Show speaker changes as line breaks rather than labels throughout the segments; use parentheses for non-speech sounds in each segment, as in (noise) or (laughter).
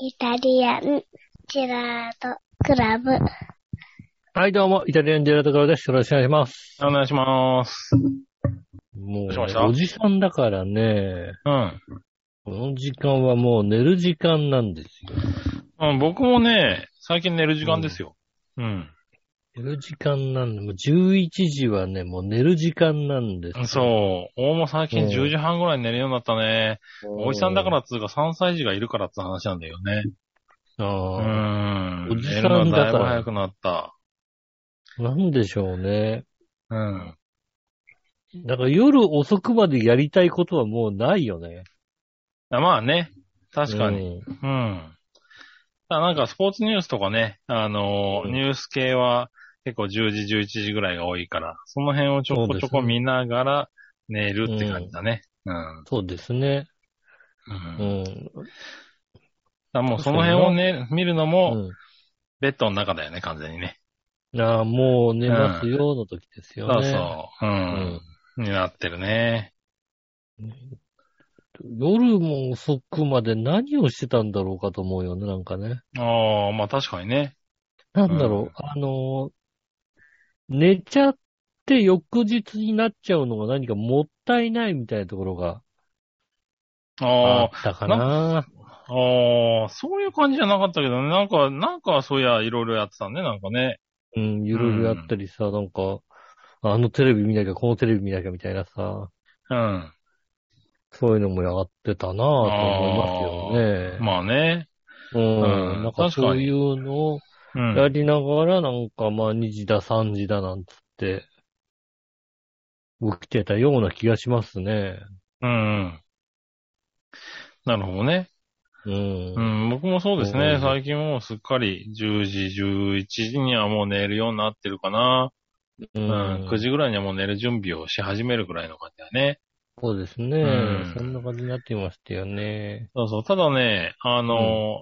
イタリアンジェラートクラブ。
はい、どうも、イタリアンジェラートクラブです。よろしくお願いします。
お願いします。
もう
どう
ね、
しました
おじさんだからね、
うん。
この時間はもう寝る時間なんですよ。
うん、僕もね、最近寝る時間ですよ。うん。
寝る時間なんで、もう11時はね、もう寝る時間なんですよ。
そう。俺も最近
うん
10時半ぐらいに寝るようになったね。
うん
おじさんだからっつうか3歳児がいるからって話なんだよね。う
ああ、
ん。
おじさん
寝るの
だ
だ
か
いぶ
ら
早くなった。
なんでしょうね。
うん。
だから夜遅くまでやりたいことはもうないよね。
まあね。確か
うん。
に。うん。ただなんかスポーツニュースとかね、あのー、
うん
ニュース系は結構10時、11時ぐらいが多いから、その辺をちょこちょこ見ながら寝るって感じだね。うん。
そうですね。
うん
うん。
だからもうその辺をね、見るのも、ベッドの中だよね、完全にね。
うん、ああ、もう寝ますよ、の時ですよ
そう
ね。
そう。うん。になってるね。
夜も遅くまで何をしてたんだろうかと思うよね、なんかね。
ああ、まあ確かにね。
なんだろう、あのー、寝ちゃって翌日になっちゃうのが何かもったいないみたいなところがあ
あ
ったかな。
あ、ああ、そういう感じじゃなかったけどね。なんか、なんかそういや、いろいろやってたね、なんかね。
うん、ゆるゆるやったりさ、なんか、あのテレビ見なきゃ、このテレビ見なきゃみたいなさ、
うん。
そういうのもやってたなぁと思いますよね。
まあね。
うん、
うん
なんかそういうのを
うん。
やりながら、なんかまあ2時だ3時だなんつって、起きてたような気がしますね。
うんうん。なるほどね。
う。
うんん、僕もそうです
う
ね
ん。
最近もうすっかり10時、11時にはもう寝るようになってるかな。
う
うん、9時ぐらいにはもう寝る準備をし始めるぐらいの感じだね。
そうですね、
うん
そんな感じになってましたよね。
そうそう。ただね、あのー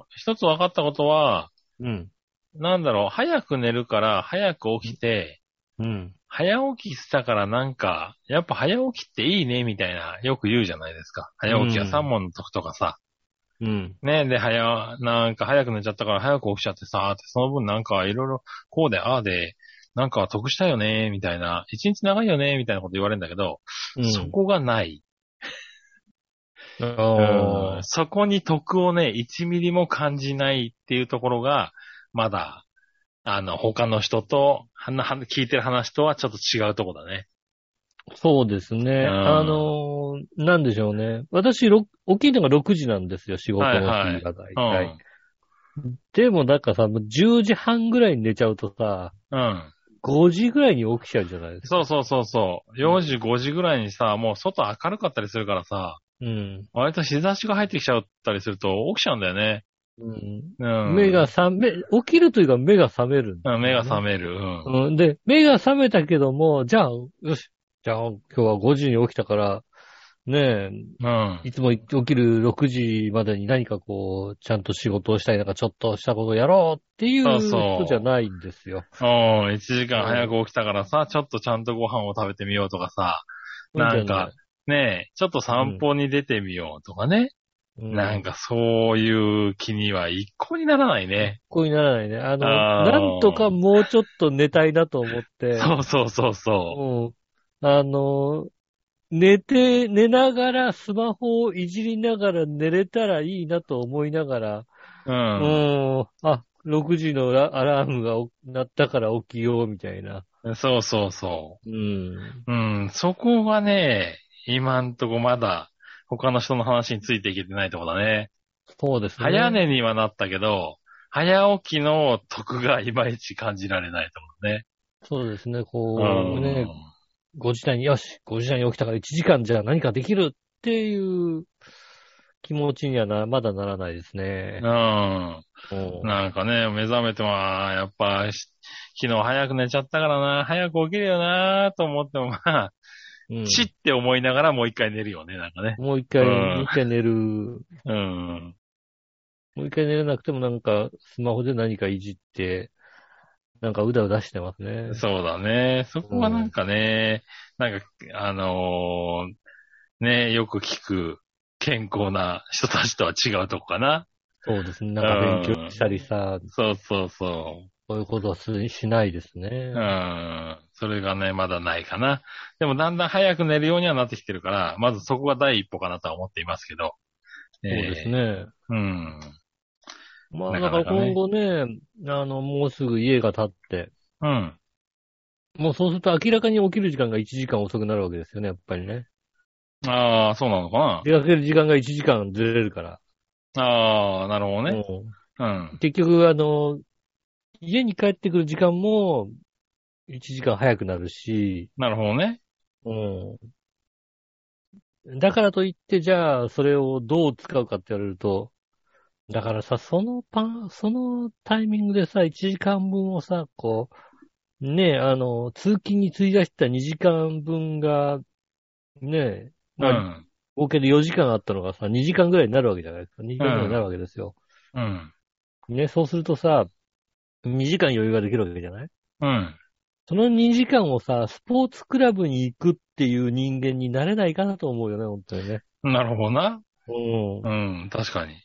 一つ分かったことは、
うん。
なんだろう、早く寝るから早く起きて、
うん。
早起きしたからなんか、やっぱ早起きっていいね、みたいな、よく言うじゃないですか。早起きは
うん
3問の時とかさ。
うん。
ねで、早、なんか早く寝ちゃったから早く起きちゃってさ、ってその分なんかいろいろこうで、ああで、なんか得したよね、みたいな、一日長いよね、みたいなこと言われるんだけど、
うん。
そこがない。
あー
そこに得をね、1ミリも感じないっていうところが、まだ、あの、他の人と、はなは聞いてる話とはちょっと違うとこだね。
そうですね。
うん
あのーなんでしょうね。私、ろ起きるのが6時なんですよ、仕事の日が大体。でもなんかさ、もう10時半ぐらいに寝ちゃうとさ、
うん。うん。
5時ぐらいに起きちゃうじゃないですか。
そうそうそうそう。4時、5時ぐらいにさ、もう外明るかったりするからさ、
うん。
割と日差しが入ってきちゃったりすると起きちゃうんだよね。うん。
目が、覚め、起きるというか目が覚めるんだ
う
よ
ん、
ね、
目が覚める。うん。
うん。で、目が覚めたけども、じゃあ、よし、じゃあ今日は5時に起きたから、ね
うん
え、。いつも起きる6時までに何かこう、ちゃんと仕事をしたりなんかちょっとしたことをやろうっていう
そうそう
人じゃないんですよ。
うん、1時間早く起きたからさ、ちょっとちゃんとご飯を食べてみようとかさ、なんか、ねえ、ちょっと散歩に出てみようとかね。
うん、
なんかそういう気には一向にならないね。
こうにならないね。あの、
あー
なんとかもうちょっと寝たいなと思って、
そうそうそうそ
うん。あの、寝て、寝ながら、スマホをいじりながら寝れたらいいなと思いながら、
う。
う
う。
んん、あ、6時のラアラームがお鳴ったから起きよう、みたいな。
そうそうそ
うん。
う。うん。そこがね、今んとこまだ他の人の話についていけてないとこだね。
そうですね。
早寝にはなったけど、早起きの得がいまいち感じられないと思うね。
そうですね、こ
う
う、
ん
ね、5時台に、よし、5時台に起きたから1時間じゃ何かできるっていう気持ちにはな、まだならないですね。
うん。
うん
なんかね、目覚めても、あーやっぱ、し昨日早く寝ちゃったからな、早く起きるよな、と思っても、まあ、
うん
ちって思いながらもう一回寝るよね、なんかね。
もう一回、
うん
一回寝る。
うん。
もう一回寝れなくてもなんか、スマホで何かいじって、なんかうだうだしてますね。
そうだね。そこはなんかね、なんか、あのーね、よく聞く健康な人たちとは違うとこかな。
そうですね。なんか勉強したりさ、
そうそうそ
そういうことはすしないですね
う。う。ん。それがね、まだないかな。でもだんだん早く寝るようにはなってきてるから、まずそこが第一歩かなとは思っていますけど。
そうです
ね。
ね。
うん。
まあ、
な
だ
かな
か
から
今後ね、あの、もうすぐ家が建って、
うん。
もうそうすると明らかに起きる時間が1時間遅くなるわけですよね、やっぱりね。
ああ、そうなのか
出かける時間が1時間ずれるから。
な。ああ、なるほどね。
うん
うん。
結局、あの、家に帰ってくる時間も1時間早くなるし、
なるほどね。
うん。だからといって、じゃあ、それをどう使うかって言われると、だからさ、そのパン、そのタイミングでさ、1時間分をさ、こう、ねえ、あの、通勤に費やした2時間分が、ねえ、
う
まあ
ん。
合計で4時間あったのがさ、2時間ぐらいになるわけじゃないですか。2時間ぐらいになるわけですよ。
うん。
ね、そうするとさ、2時間余裕ができるわけじゃない
うん。
その2時間をさ、スポーツクラブに行くっていう人間になれないかなと思うよね、本当にね。
なるほどな。
う
うん。確かに。
ん。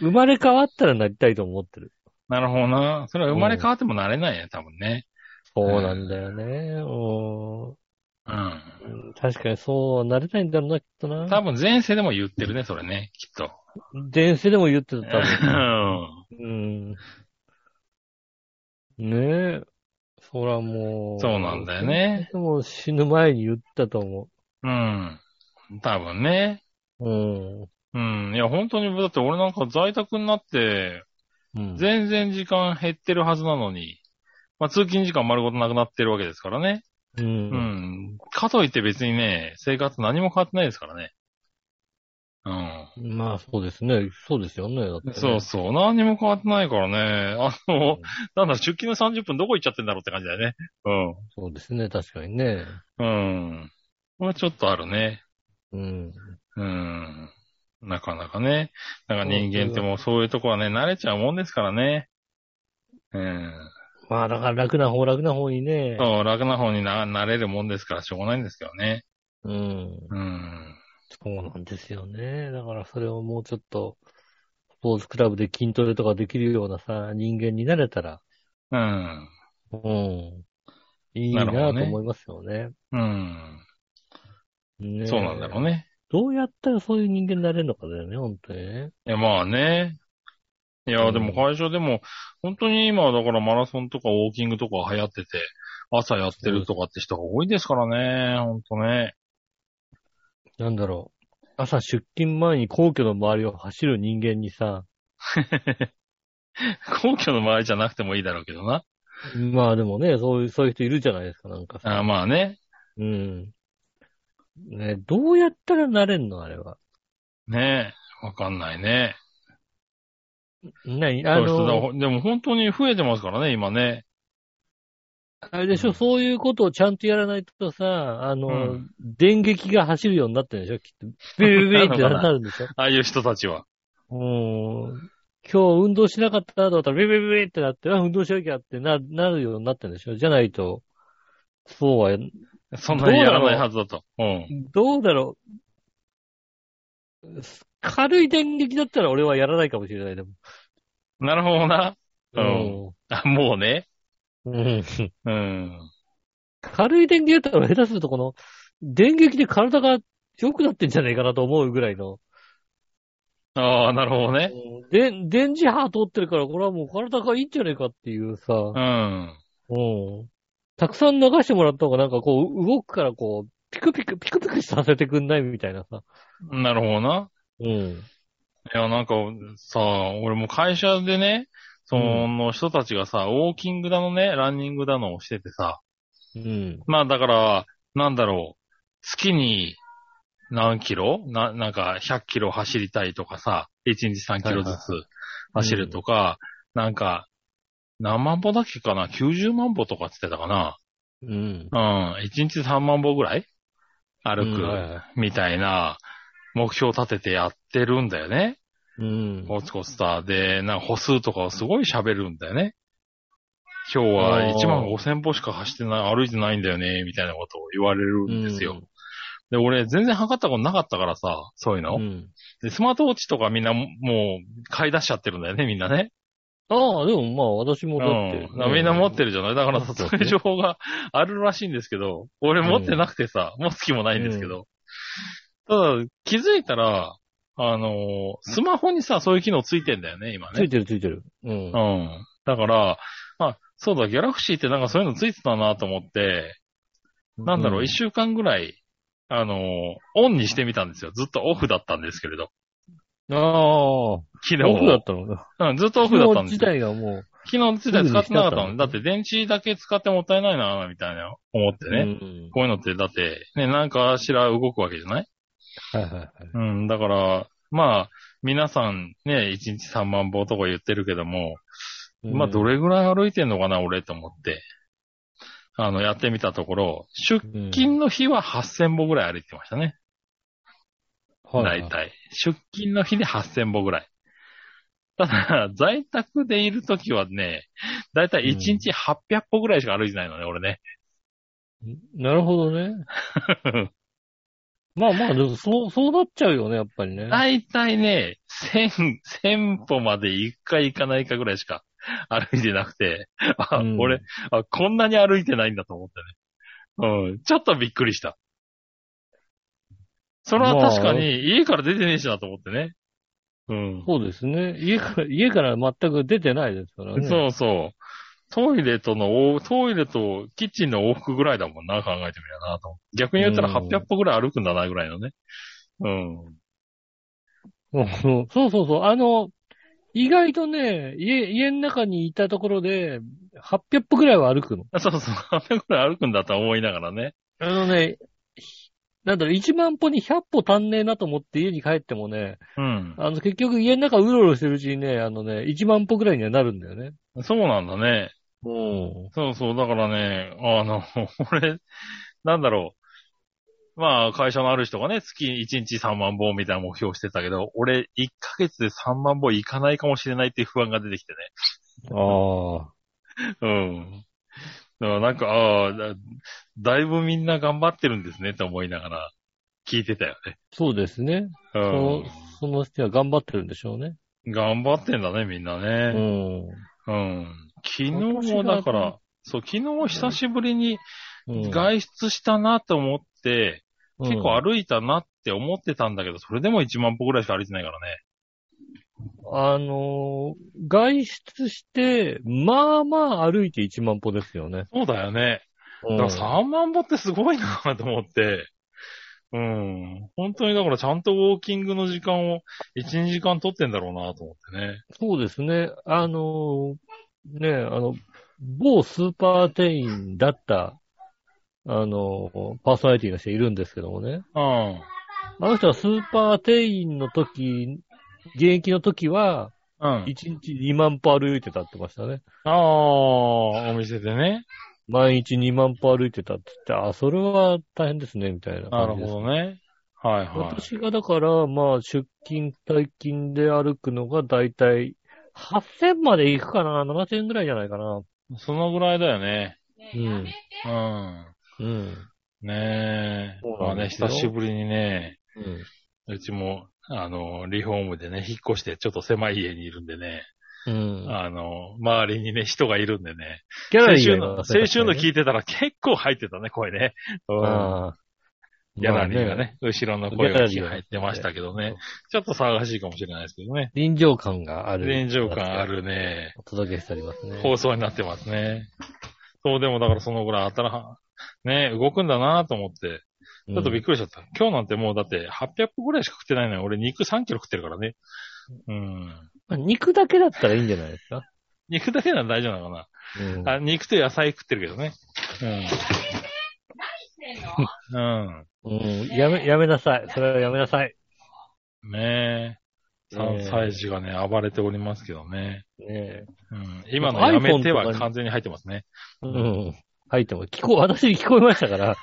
生まれ変わったらなりたいと思ってる。
なるほどな。それは生まれ変わってもなれないね、多分ね。
そうなんだよね。
うん。
うん。確かにそうはなりたいんだろうな、きっと
多
な。
分前世でも言ってるね、それね、きっと。
前世でも言ってた、
う
多分。
ん。
うん。ねえ。そらもう。
そうなんだよね。
でも死ぬ前に言ったと思
うん。多分ね。
う。うん。
うん。いや、本当に、だって俺なんか在宅になって、
うん
全然時間減ってるはずなのに、まあ通勤時間丸ごとなくなってるわけですからね。
う。
うんん。かといって別にね、生活何も変わってないですからね。うん。
まあ、そうですね。そうですよね。だってね
そうそう。何にも変わってないからね。あ
う
の
ん、
なんだ、出勤の30分どこ行っちゃってんだろうって感じだよね。
そうですね。確かにね。
うん。うん。これちょっとあるね。
うん。
うん。なかなかね。だから人間ってもうそういうとこはね、慣れちゃうもんですからね。うん。
まあ、だから楽な方、楽な方にね。
そう、楽な方にな、慣れるもんですからしょうがないんですけどね。
うん。
うん。
そうなんですよね。だからそれをもうちょっと、スポーツクラブで筋トレとかできるようなさ、人間になれたら、
うん。
うん。いい
な
な
るほ
と
どね
思いますよね。
うん。
ねえ
そうなんだろう。ね。
どうやったらそういう人間になれるのかだよね、本当にね。
いや、まあね。いや、でも会社でも、本当に今、だからマラソンとかウォーキングとか流行ってて、朝やってるとかって人が多いですからね。ほんとね。
なんだろう。朝出勤前に皇居の周りを走る人間にさ、
皇居の周りじゃなくてもいいだろうけどな。
まあでもね、そういう、そういう人いるじゃないですか、なんかさ。
あまあね。
うん。ね、どうやったらなれんのあれは。
ねえ。わかんないね。
何
そ
あ
ういう人だ
の、
ほでも本当に増えてますからね、今ね。
あれでしょ、そういうことをちゃんとやらないとさ、あの、
うん
電撃が走るようになってるんでしょきっと。ビリビリビリって
なのかな
なるんで
(laughs)
しょ
ああいう人たちは。
うん。今日運動しなかったなと思ったら、ビリビリビリってなって、あ、運動しなきゃってな、なるようになってるんでしょじゃないと、そうは、
そんなにやらないはずだと。うん。
どうだろう。軽い電撃だったら俺はやらないかもしれない、でも。
なるほどな。うんあ、もうね。
うん。うん。
うん。
軽い電撃だったら下手するとこの、電撃で体が良くなってんじゃないかなと思うぐらいの。
ああ、なるほどね。
で、電磁波通ってるから、これはもう体がいいんじゃないかっていうさ、
うん。
うん。たくさん流してもらった方がなんかこう、動くからこう、ピクピク、ピクピクさせてくんないみたいなさ。
なるほどな。
うん。
いや、なんか、さ、俺も会社でね、その人たちがさ、ウォーキングだのね、ランニングだのをしててさ、
うん。
まあだから、なんだろう、月に何キロな、なんか100キロ走りたいとかさ、1日3キロずつ走るとか、なんか、何万歩だっけかな ?90 万歩とかって言ってたかな
うん。
うん、1日3万歩ぐらい歩
うんはい
く、
はい
みたいな目標を立ててやってるんだよね。
うん。
コツコツターで、なんか歩数とかをすごい喋るんだよね。今日は1万5千歩しか走ってない、歩いてないんだよね、みたいなことを言われるんですよ。で、俺全然測ったことなかったからさ、そういうの。
うん。
で、スマートウォッチとかみんなももう買い出しちゃってるんだよね、みんなね。
ああ、でもまあ私も
う
だって
ん。。だからみんな持って
る。
るじゃないだから
持って
そ
る
ういう情報があるらしいんですけど、俺持ってなくてさ、持つ気もないんですけど。ただ、気づいたら、あのースマホにさ、そういう機能ついてんだよね、今
つい
ね。
てるついてる。うん
う。ん。だから、あ、そうだ、ギャラクシーってなんかそういうのついてたなと思って、なんだろう、一、週間ぐらい、あのーオンにしてみたんですよ。ずっとオフだったんですけれど。
ああ、オ
昨日。
フだったのね。
うん、ずっとオフだったんです
自
よ。
体がも
昨日自体使ってなかっ
すぐ
たの
に
に、
使
だ
っ
って電池だけ使ってもったいないな、みたいな思って
う。
ね。
うん
こういうのって、だって、ね、なんかしら動くわけじゃない
はいはいはい。
うん、だから、まあ、皆さんね、1日3万歩とか言ってるけども、まあ、どれぐらい歩いてんのかな、俺と思って。あの、やってみたところ、出
うん、
勤の日は8000歩ぐらい歩いてましたね。
はい
大体。出勤の日で8000歩ぐらい。ただ、在宅でいるときはね、大体1日800歩ぐらいしか歩いてないのね、俺ね。
なるほど
(laughs)
ね。まあまあ、でもそう、そうなっちゃうよね、やっぱりね。
大体ね、1000、1000歩まで1回行かないかぐらいしか歩いてなくて、あ、
うん
俺あ、こんなに歩いてないんだと思ったね。うん、ちょっとびっくりした。それは確か
まあ
に家から出てねえしなと思ってね。うん。
そうですね。家から、家から全く出てないですからね。
そうそう。トイレとの往、トイレとキッチンの往復ぐらいだもんな、考えてみればなと思って。逆に言ったら
うん
800歩ぐらい歩くんだな、ぐらいのね。うん。
うんそうそうそう。あの、意外とね、家、家の中にいたところで、800歩ぐらいは歩くの。
あそうそう、800ぐらい歩くんだと思いながらね。
あのね、なんだろう、1万歩に100歩足んねえなと思って家に帰ってもね、
うん。
あの、結局家の中うろうろしてるうちにね、あのね、1万歩ぐらいにはなるんだよね。
そうなんだね。
うん。
そうそう、だからね、あの、 (laughs) 俺、なんだろう。まあ、会社のある人がね、月1日3万本みたいな目標をしてたけど、俺、1ヶ月で3万本いかないかもしれないっていう不安が出てきてね。
ああ。
うん。だからなんか、ああ、だだいぶみんな頑張ってるんですねと思いながら聞いてたよね。
そうですね。
う
その、その人は頑張ってるんでしょうね。
ん。頑張ってんだね、みんな
う
ね。
ん。
うん。昨日もだか
今年だ
ら、そう、昨日久しぶりに
うん
外出したなと思って、
うん
結構歩いたなって思ってたんだけど、それでも1万歩ぐらいしか歩いてないからね。
あのー外出して、まあまあ歩いて1万歩ですよね。
そうだよね。
うん
だから3万歩ってすごいなと思って。うん。本当にだからちゃんとウォーキングの時間を1、2時間取ってんだろうなと思ってね。
そうですね。あのーね、あの、某スーパー店員だった、あのーパーソナリティの人いるんですけどもね。あの人はスーパー店員の時、現役の時は、
うん。う
1
ん。
日2万歩歩いてたって言ってましたね。
ああ、お店でね。
毎日2万歩歩いてたって言って、あ、それは大変ですね、みたいな
なる
感じです。
ほどね。はいはい。
私がだから、まあ、出勤、退勤で歩くのがだいたい8000まで行くかな、7000ぐらいじゃないかな。
そのぐらいだよね。
うん。
うん。
うん。
ねえ。
そう
ま
な
あ
ん
ね、
ですよ
久しぶりにね、
うん。
うちも、あの、リフォームでね、引っ越してちょっと狭い家にいるんでね、
うん。
あの、周りにね、人がいるんでね、
ギャラ
先
リー
週
が
の、
今
先週の聞いてたら結構入ってたね、声ね。うん。
ああ。
ギャラリーが
まあ。
ね、後ろの声
ギャ
が
ラリーが
入ってましたけどね。ちょっと騒がしいかもしれないですけどね。
臨場感がある。
臨場感あ。るね、
お届けしてありますね。
放送になってますね。そう、でもだからそのぐらい新は、ね、動くんだなと思って、
う
ちょっとびっくりしちゃった。今日なんてもうだって800個ぐらいしか食ってないのに、俺肉3キロ食ってるからね。うん。
んまあ肉だけだったらいいんじゃないですか。
肉だけなら大丈夫なのか
うん
な。あ肉と野菜食ってるけどね。うん。うん。
うん。やめ、やめなさい。それはやめなさい。
ね
ね
え。3
え
歳児がね、暴れておりますけどね。
ねえ。
うん、今の
iPhone
やめて
とか
は
に
完全に入ってますね。
うん。入っても、聞こ、私に聞こえました
(laughs)
から。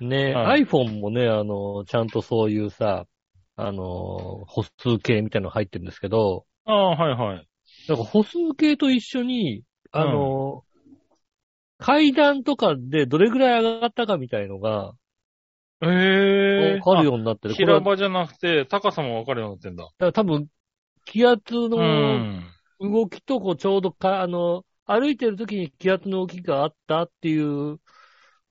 ねえ、
はい
iPhone もね、あの、ちゃんとそういうさ、あの、歩数計みたいなの入ってるんですけど、
ああ、はいはい。
なんか歩数計と一緒に、あの、階段とかでどれぐらい上がったかみたいのが、
ええー。
わかるようになって
あ
る。
平
これは
場じゃなくて、高さもわかるようになってんだ。
だから多分、気圧
う
の
ん。
動きと、こう、ちょうどか、あの、歩いてる時に気圧の動きがあったっていう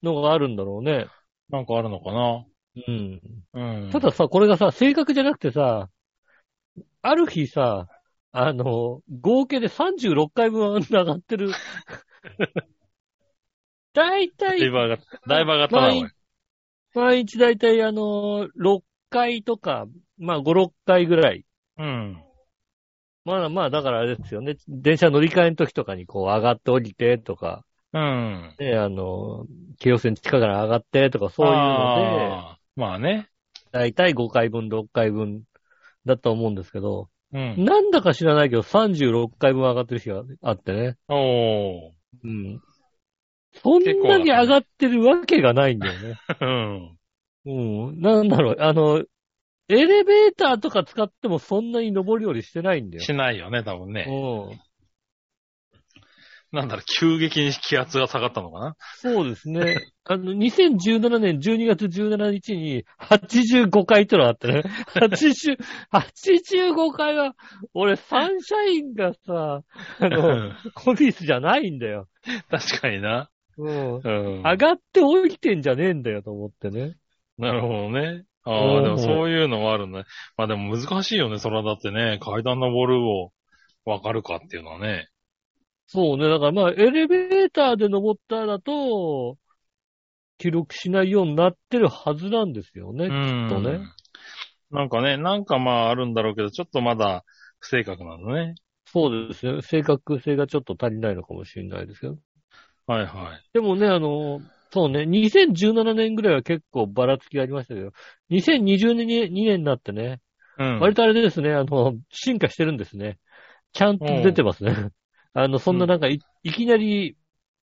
のがあるんだろうね。
なんかあるのかな
うん。
うん。
たださ、これがさ、正確じゃなくてさ、ある日さ、あの、合計で36回分上がってる。だいた
ダイ
い、
バーが、ダイバー型だ、おい
ま。毎日だいたいあの、6回とか、まあ5、6回ぐらい。
うん。
まあまあ、だからあれですよね。電車乗り換えの時とかにこう上がって降りてとか、
うん。
ね、あの、京王線地下から上がってとかそういうの
あーまあね。
で、だいたい5回分、6回分だと思うんですけど、
うん。
なんだか知らないけど、36回分上がってる日があってね。
おー。
うん。そんなに上がってるわけがないんだよね。
うん。
うん。なんだろう、あの、エレベーターとか使ってもそんなに上り下りしてないんだよ。
しないよね、多分ね。
うん。
なんだろう、急激に気圧が下がったのかな
そうですね。
(laughs)
あの、2017年12月17日に85回ってのがあって
(laughs)
ね。80、85回は、俺サンシャインがさ、あ
(laughs)
の、コビスじゃないんだよ。
確かにな。
うん。
うん。
上がって降りてんじゃねえんだよと思ってね。
なるほどね。ああ、で
うん
もそういうのはあるね。まあでも難しいよね、それはだってね、階段登るを分かるかっていうのはね。
そうね。だからまあ、エレベーターで登ったらと、記録しないようになってるはずなんですよね。
うん。
とね。
なんかね、なんかまああるんだろうけど、ちょっとまだ不正確なのね。
そうですね。正確性がちょっと足りないのかもしれないですけど。
はいはい。
でもね、あの、そうね、2017年ぐらいは結構ばらつきがありましたけど、2020年に2年になってね、
うん。
割とあれですね、あの、進化してるんですね。ちゃんと出てますね。 (laughs) あの、そんななんかい、いきなり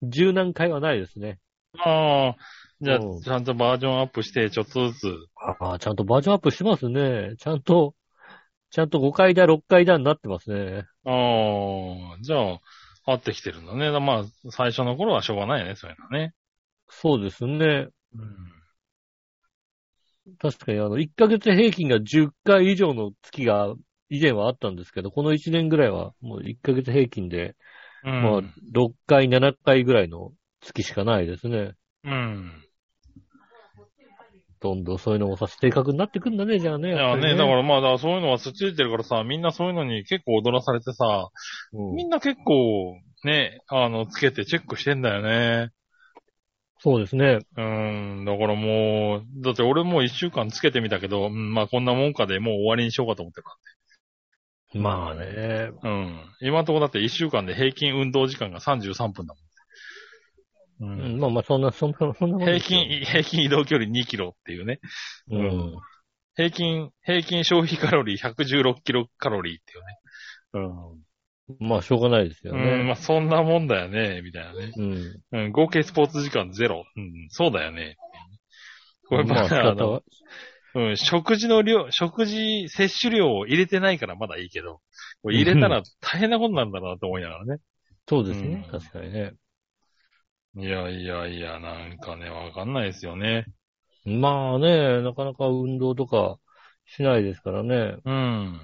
柔軟回はないですね。
ああ、じゃあ
うん、
ちゃんとバージョンアップして、ちょっとずつ。
ああ、ちゃんとバージョンアップしてますね。ちゃんと、ちゃんと5階だ、6階だになってますね。
ああ、じゃあ、合ってきてるんだね。まあ、最初の頃はしょうがないよね、そういうのはね。
そうですね。
うん。
確かにあの、1ヶ月平均が10回以上の月が以前はあったんですけど、この1年ぐらいはもう1ヶ月平均で、
うん。
まあ、6回、7回ぐらいの月しかないですね。
うん。
どんどんそういうのもさ、正確になってくんだね、じゃあね。
い
や
や
っぱり
ね、だからまあ、だからそういうのはつっついてるからさ、みんなそういうのに結構踊らされてさ、
うん
みんな結構、ね、あの、つけてチェックしてんだよね。
そうですね。
うーん、だからもう、だって俺もう一週間つけてみたけど、うん、まあこんなもんかでもう終わりにしようかと思ってるか
まあね。
ら。うん。今のところだって一週間で平均運動時間が33分だも。
うんん、まあまあ、そんな、そんな、そんなもん
平
ですよ
均、、平均移動距離2キロっていうね。
うん。
平均、平均消費カロリー116キロカロリーっていうね。うん。
まあ、しょうがないですよ
うん、ま
ね。
あそんなもんだよね、みたいなね。
うん。
うん、合計スポーツ時間ゼロ。うん、そうだよね。これ、
ま
ま
あ、仕
あ、あ
方
の、
は。
うん、食事の量、食事摂取量を入れてないからまだいいけど、これ入れ
(laughs)
たら大変なことなんだなと思いながらね。
そうですね。
うん
確かにね。
いやいやいや、なんかね、わかんないですよね。
まあね、なかなか運動とかしないですからね。
うん。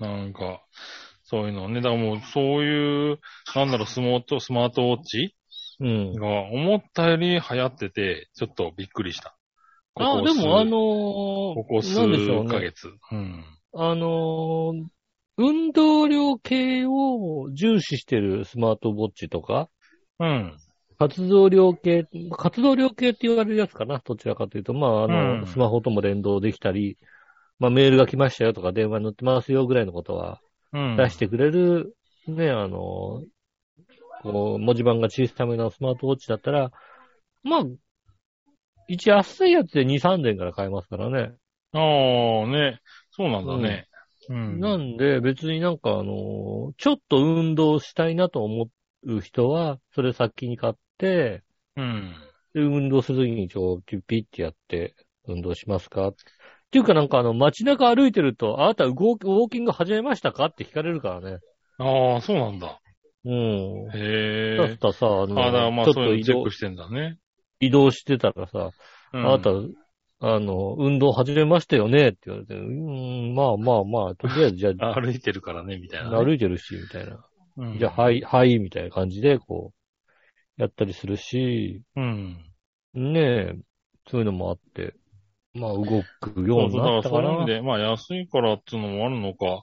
なんか、そういうのね。だからもう、そういう、なんだろう、スマート、スマートウォッチ
うん。
が思ったより流行ってて、ちょっとびっくりした。
あ、
ここ
で
数
も、あの
ここ
ー、
数
なんでしょう
ヶ
ね。
月。うん。
あのー、運動量計を重視してるスマートウォッチとか、
うん。
活動量計、活動量計って言われるやつかな、どちらかというと、まあ、あの、
うん
スマホとも連動できたり、まあ、メールが来ましたよとか、電話に乗ってますよぐらいのことは、
うん。
出してくれる、ね、あの、こう、文字盤が小さめのスマートウォッチだったら、まあ、一安いやつで2、3年から買えますからね。
ああ、ね。そうなんだね。うん。
なんで、別になんかあの、ちょっと運動したいなと思う人は、それ先に買って、
うん。
で運動するときにちょ、ピッピッってやって、運動しますかっていうかなんかあの、街中歩いてると、あなたウォーウォーキング始めましたかって聞かれるからね。
ああ、そうなんだ。
うん。
へ
だっ
え。
たらさ、あ
あ
の、
あ、だからまあ
ちょっ
そ
と
ういうの
移
チェッ
動
クしてんだね。
移動してたらさ、
う
あ
ん
なた、あの、運動始めましたよねって言われて、うーん、まあまあまあ、とりあえずじゃ
(laughs)
あ、
歩いてるからね、みたいな、ね。
歩いてるし、みたいな。
うん
じゃあ、はい、はい、みたいな感じで、こう、やったりするし、
うん。
ねえ、そういうのもあって、まあ、動くよう
そう
に
そう、だか
なっ
ら
た
そ
か
ういう意
な
味。で、まあ安いからっていうのもあるのか、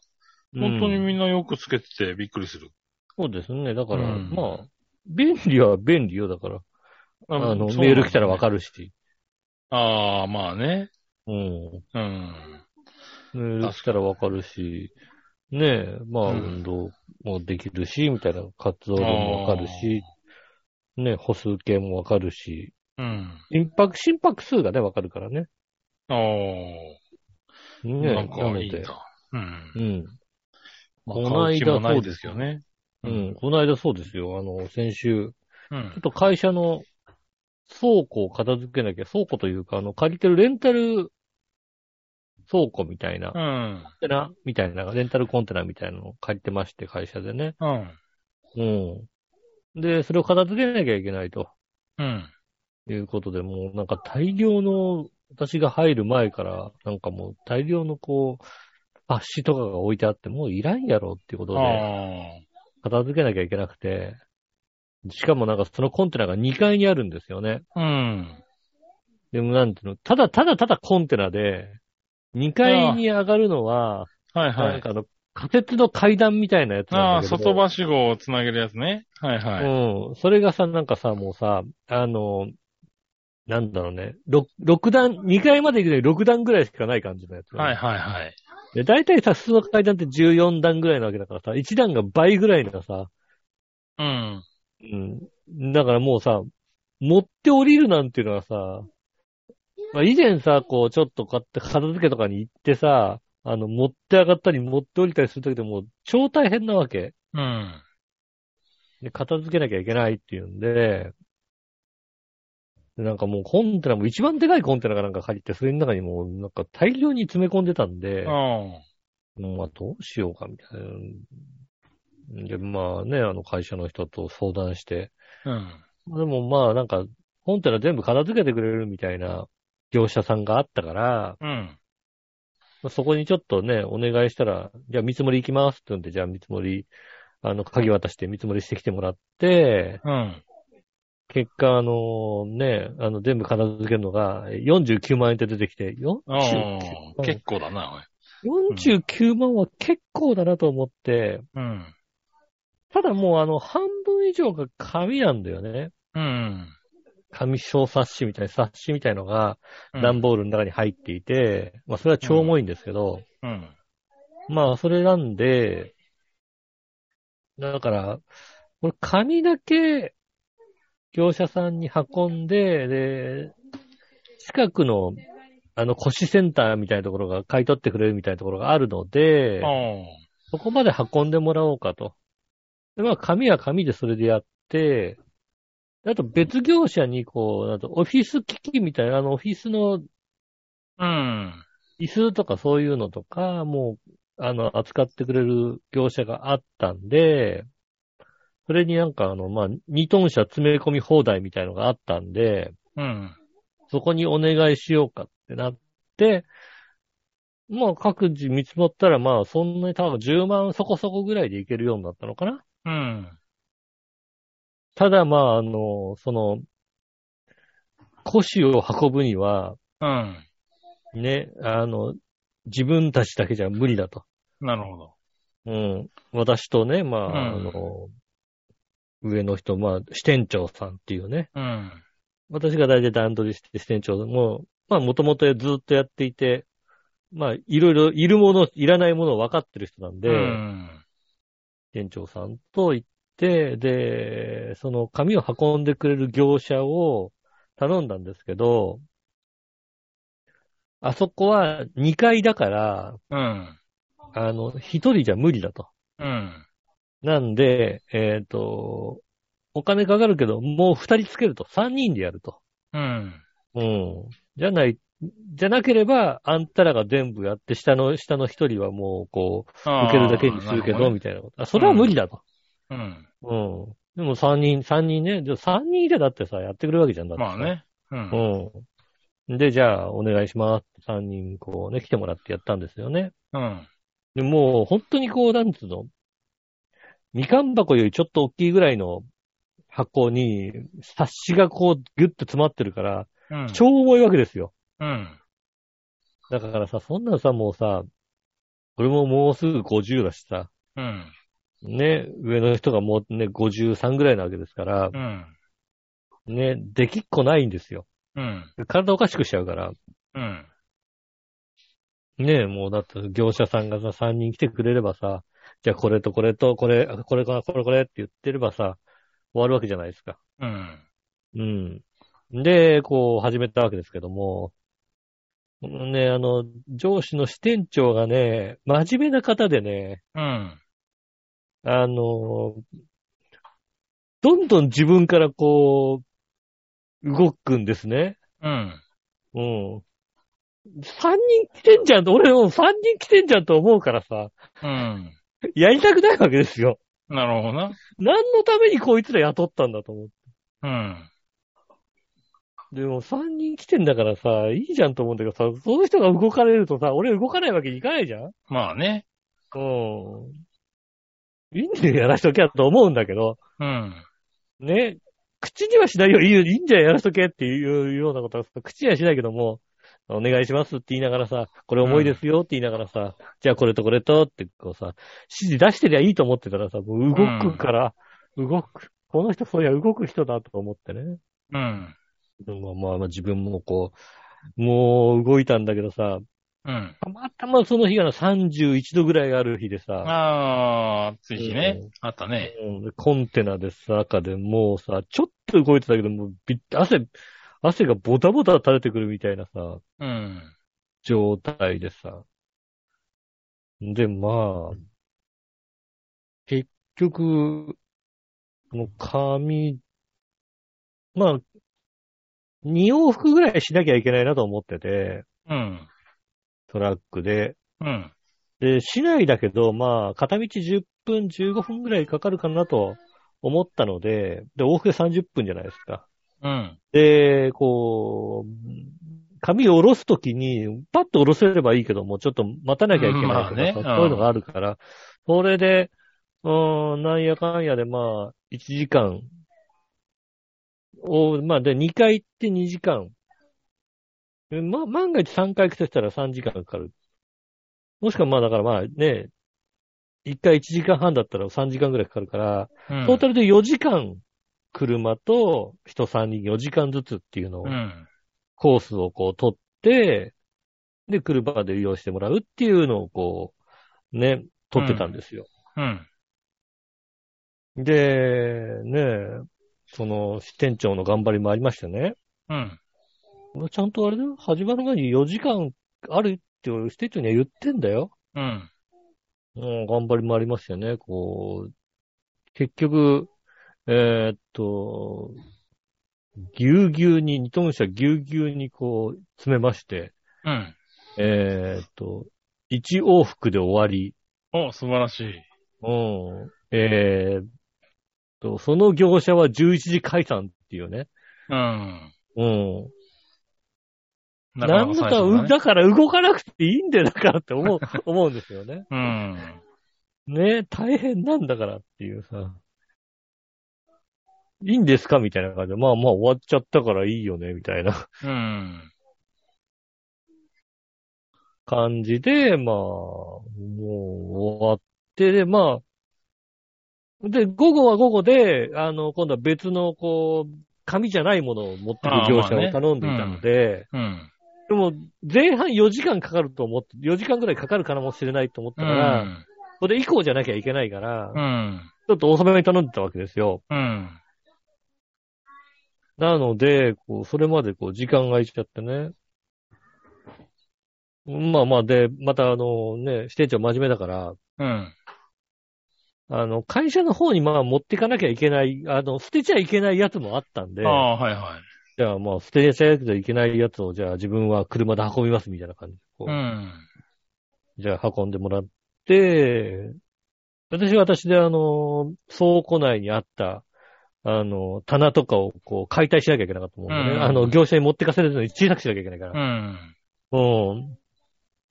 本当に
うん
みんなよくつけててびっくりする。
そうですね。だから、
うん
まあ、便利は便利よ、だから。あの、メール来たらわ
る。
かるし。
ああ、まあね。
うん。
うん。
メール来たらわかるし、ねえ、まあ、
うん
運動もできるし、みたいな活動量もわかるし、ねえ、歩数計もわかるし、
うん。
心拍、心拍数がね、わかるからね。
ああ、
ねえ、
なんかいいん
なので。
だ。うん。
うん。
まあ
この
買う気も
間
ないですよね。
う
うん
ん、この間そうですよ。あの、先週、
う
ちょっ
ん。
と会社の倉庫を片付けなきゃ、倉庫というか、あの、借りてるレンタル倉庫みたいな、コン
うん。
テナみたいな、レンタルコンテナみたいなのを借りてまして、会社でね。
うん。
うん。で、それを片付けなきゃいけないと
うん。
いうことで、もうなんか大量の、私が入る前から、なんかもう大量のこう、冊子とかが置いてあって、もういらんやろっていうことで、
あ
片付けなきゃいけなくて、しかもなんかそのコンテナが2階にあるんですよね。
あ。うん。
でもなんていうの、ただただただコンテナで、2階に上がるのは、
はいは
なん
い。
かあの、仮設の階段みたいなやつ
あ
な
あ、
んだけど。
外場所をつなげるやつね。はいはい。
うん。それがさ、なんかさ、もうさ、あの、なんだろうね、6, 6段、2階まで行くのに6段ぐらいしかない感じのやつ。
はいはいはい。
で、大体さ、普通の階段って14段ぐらいなわけだからさ、1段が倍ぐらいのさ、
うん。
うん。だからもうさ、持って降りるなんていうのはさ、まあ、以前さ、こう、ちょっと買って片付けとかに行ってさ、あの、持って上がったり持って降りたりするときでもう超大変なわけ。
うん。
で、片付けなきゃいけないっていうんで、でなんかもうコンテナも一番でかいコンテナがなんか借りて、それの中にもうなんか大量に詰め込んでたんで、
あ
まあどうしようかみたいな。で、まあね、あの会社の人と相談して、
あ。うん。
でもまあなんか、コンテナ全部片付けてくれるみたいな業者さんがあったから、
うん。
まあそこにちょっとね、お願いしたら、じゃあ見積もり行きますって言うんで、じゃあ見積もり、あの、鍵渡して見積もりしてきてもらって、
うん。
結果、あのね、あの、全部片付けるのが、え49万円って出てきて、よ
ああ、結構だな、おい。
49万は結構だなと思って、
うん。
ただもうあの、半分以上が紙なんだよね。
うん。
紙小冊子みたいな、冊子みたいのが、
うん
段ボールの中に入っていて、まあ、それは超重いんですけど、
うん。
まあ、それなんで、だから、これ紙だけ、業者さんに運んで、で、近くの、あの、腰センターみたいなところが買い取ってくれるみたいなところがあるので
あ、
そこまで運んでもらおうかと。で、まあ、紙は紙でそれでやって、であと別業者に、こう、あとオフィス機器みたいな、あの、オフィスの
あ。うん。
椅子とかそういうのとか、もう、あの、扱ってくれる業者があったんで、それになんかあの、まあ、2トン車詰め込み放題みたいのがあったんで、
うん。
そこにお願いしようかってなって、まあ、各自見積もったら、まあ、そんなに多分10万そこそこぐらいでいけるようになったのかな。
うん。
ただ、まあ、あの、その、腰を運ぶには、
うん。
ね、あの、自分たちだけじゃ無理だと。
なるほど。
うん。私とね、まあ、
うん
あの、上の人、まあ、支店長さんっていうね。
うん。
私が大体段取りして、支店長も、まあ、もともとずっとやっていて、まあ、いろいろ、いるもの、いらないものを分かってる人なんで、
うん。
支店長さんと行って、で、その紙を運んでくれる業者を頼んだんですけど、あそこは2階だから、
うん。
あの、1人じゃ無理だと。
うん。
なんで、えっ、と、お金かかるけど、もう二人つけると、三人でやると。
うん。
うん。じゃない、じゃなければ、あんたらが全部やって、下の、下の一人はもう、こう、受けるだけにするけど、みたいなこと。あ、それは無理だと。
うん。
うん。でも三人、三人ね、じゃあ三人いりゃだってさ、やってくれるわけじゃんだって。
まあ。ね。う。
うんん。で、じゃあ、お願いしますって3人こうね、来てもらってやったんですよね。
うん。
でもう、本当にこう、なんつうのみかん箱よりちょっと大きいぐらいの箱に、冊子がこう、ぎゅっと詰まってるから、
うん。
超重いわけですよ。
うん。
だからさ、そんなのさ、もうさ、俺ももうすぐ50だしさ、
うん。
ね、上の人がもうね、53ぐらいなわけですから、
うん。
ね、できっこないんですよ。
うん。
体おかしくしちゃうから、
うん。
ねえ、もうだって業者さんがさ、3人来てくれればさ、じゃあこれとこれとこれ、これかな、これこれって言ってればさ、終わるわけじゃないですか。
うん。
うん。で、こう始めたわけですけども、ね、あの、上司の支店長がね、真面目な方でね、
うん。
あの、どんどん自分からこう、動くんですね。
うん。
うん。三人来てんじゃんと、俺もう三人来てんじゃんと思うからさ、
うん。
やりたくないわけですよ。
なるほどな。
何のためにこいつら雇ったんだと思って。
うん。
でも三人来てんだからさ、いいじゃんと思うんだけどさ、そういう人が動かれるとさ、俺動かないわけにいかないじゃんうん。
まあね。
いいんだよ、やらしとけやと思うんだけど、
うん。
ね。口にはしないよ、いいよいいんじゃん、やらしとけっていうようなことは、口にはしないけども、お願いしますって言いながらさ、これ重いですよって言いながらさ、じゃあこれとこれとってこうさ、指示出してりゃいいと思ってたらさ、もう動くから、動く。この人そういや動く人だと思ってね。
うん。
まあまあまあ自分もこう、もう動いたんだけどさ、
うん。
たまたまその日がな31度ぐらいある日でさ、
ああ、暑い日ね
うん。
あったね。
うんコンテナでさ、赤でもうさ、ちょっと動いてたけど、もうびっ汗、汗がボタボタ垂れてくるみたいなさ、
うん。
状態でさ。で、まあ、結局、この紙、まあ、2往復ぐらいしなきゃいけないなと思ってて、
うん。
トラックで。
うん。
で、市内だけど、まあ、片道10分、15分ぐらいかかるかなと思ったので、で、往復で30分じゃないですか。
うん。
で、こう、紙を下ろすときに、パッと下ろせればいいけども、ちょっと待たなきゃいけないとか
まあ
さ、
ねうん
そういうのがあるから、それで、うーん、なんやかんやで、まあ、1時間を、まあ、で、2回行って2時間。でま、万が一3回来てたら3時間かかる。もしくは、まあ、だからまあね、1回1時間半だったら3時間ぐらいかかるから、
うん。
トータルで4時間、車と人3人4時間ずつっていうのを
う、ん。
コースをこう取って、で、車で利用してもらうっていうのをこう、ね、取ってたんですよ。
うん。
で、ね、その、支店長の頑張りもありましてね、
うん。
ちゃんとあれだよ、始まる前に4時間あるって俺支店長には言ってんだよ。
うん。
うん、頑張りもありましたよね。こう、結局、えーっと、ぎゅうぎゅうに、二トン車ぎゅうぎゅうにこう、詰めまして、
うん。
えーっと、一往復で終わり、
お、素晴らしい。
うん、えーっと、その業者は11時解散っていうね。
うん。
うん。
な
なんだ
最
か
初
ら、
ね
だから動かなくていいんだよ、だからって思う、思うんですよね。
うん。
ねえ、大変なんだからっていうさ。いいんですかみたいな感じで。まあまあ終わっちゃったからいいよね、みたいな (laughs)
うん。
感じで、まあ、もう終わって、で、まあ、で、午後は午後で、あの、今度は別の、こう、紙じゃないものを持ってくる業者
ああまあ
を
ね
頼んでいたので、
うん。
でも、前半4時間かかると思って、4時間くらいかかるかもしれないと思った
う
から、
ん。
それ以降じゃなきゃいけないから、
うん。
ちょっと遅めに頼んでたわけですよ。
うん。
なので、こう、それまでこう、時間が空いちゃってね。まあまあ、で、またあのね、支店長真面目だから、
うん。
あの、会社の方にまあ持っていかなきゃいけない、あの、捨てちゃいけないやつもあったんで
あ、あ、はいは
じゃあまあ、捨てちゃいけないやつを、じゃあ自分は車で運びますみたいな感じでこ
い。
う、
うん。
じゃあ運んでもらって、私は私であの、倉庫内にあった、あの、棚とかをこう解体しなきゃいけなかったもんね。
うん
あの、業者に持ってかせるのに小さくしなきゃいけないから
う。ん。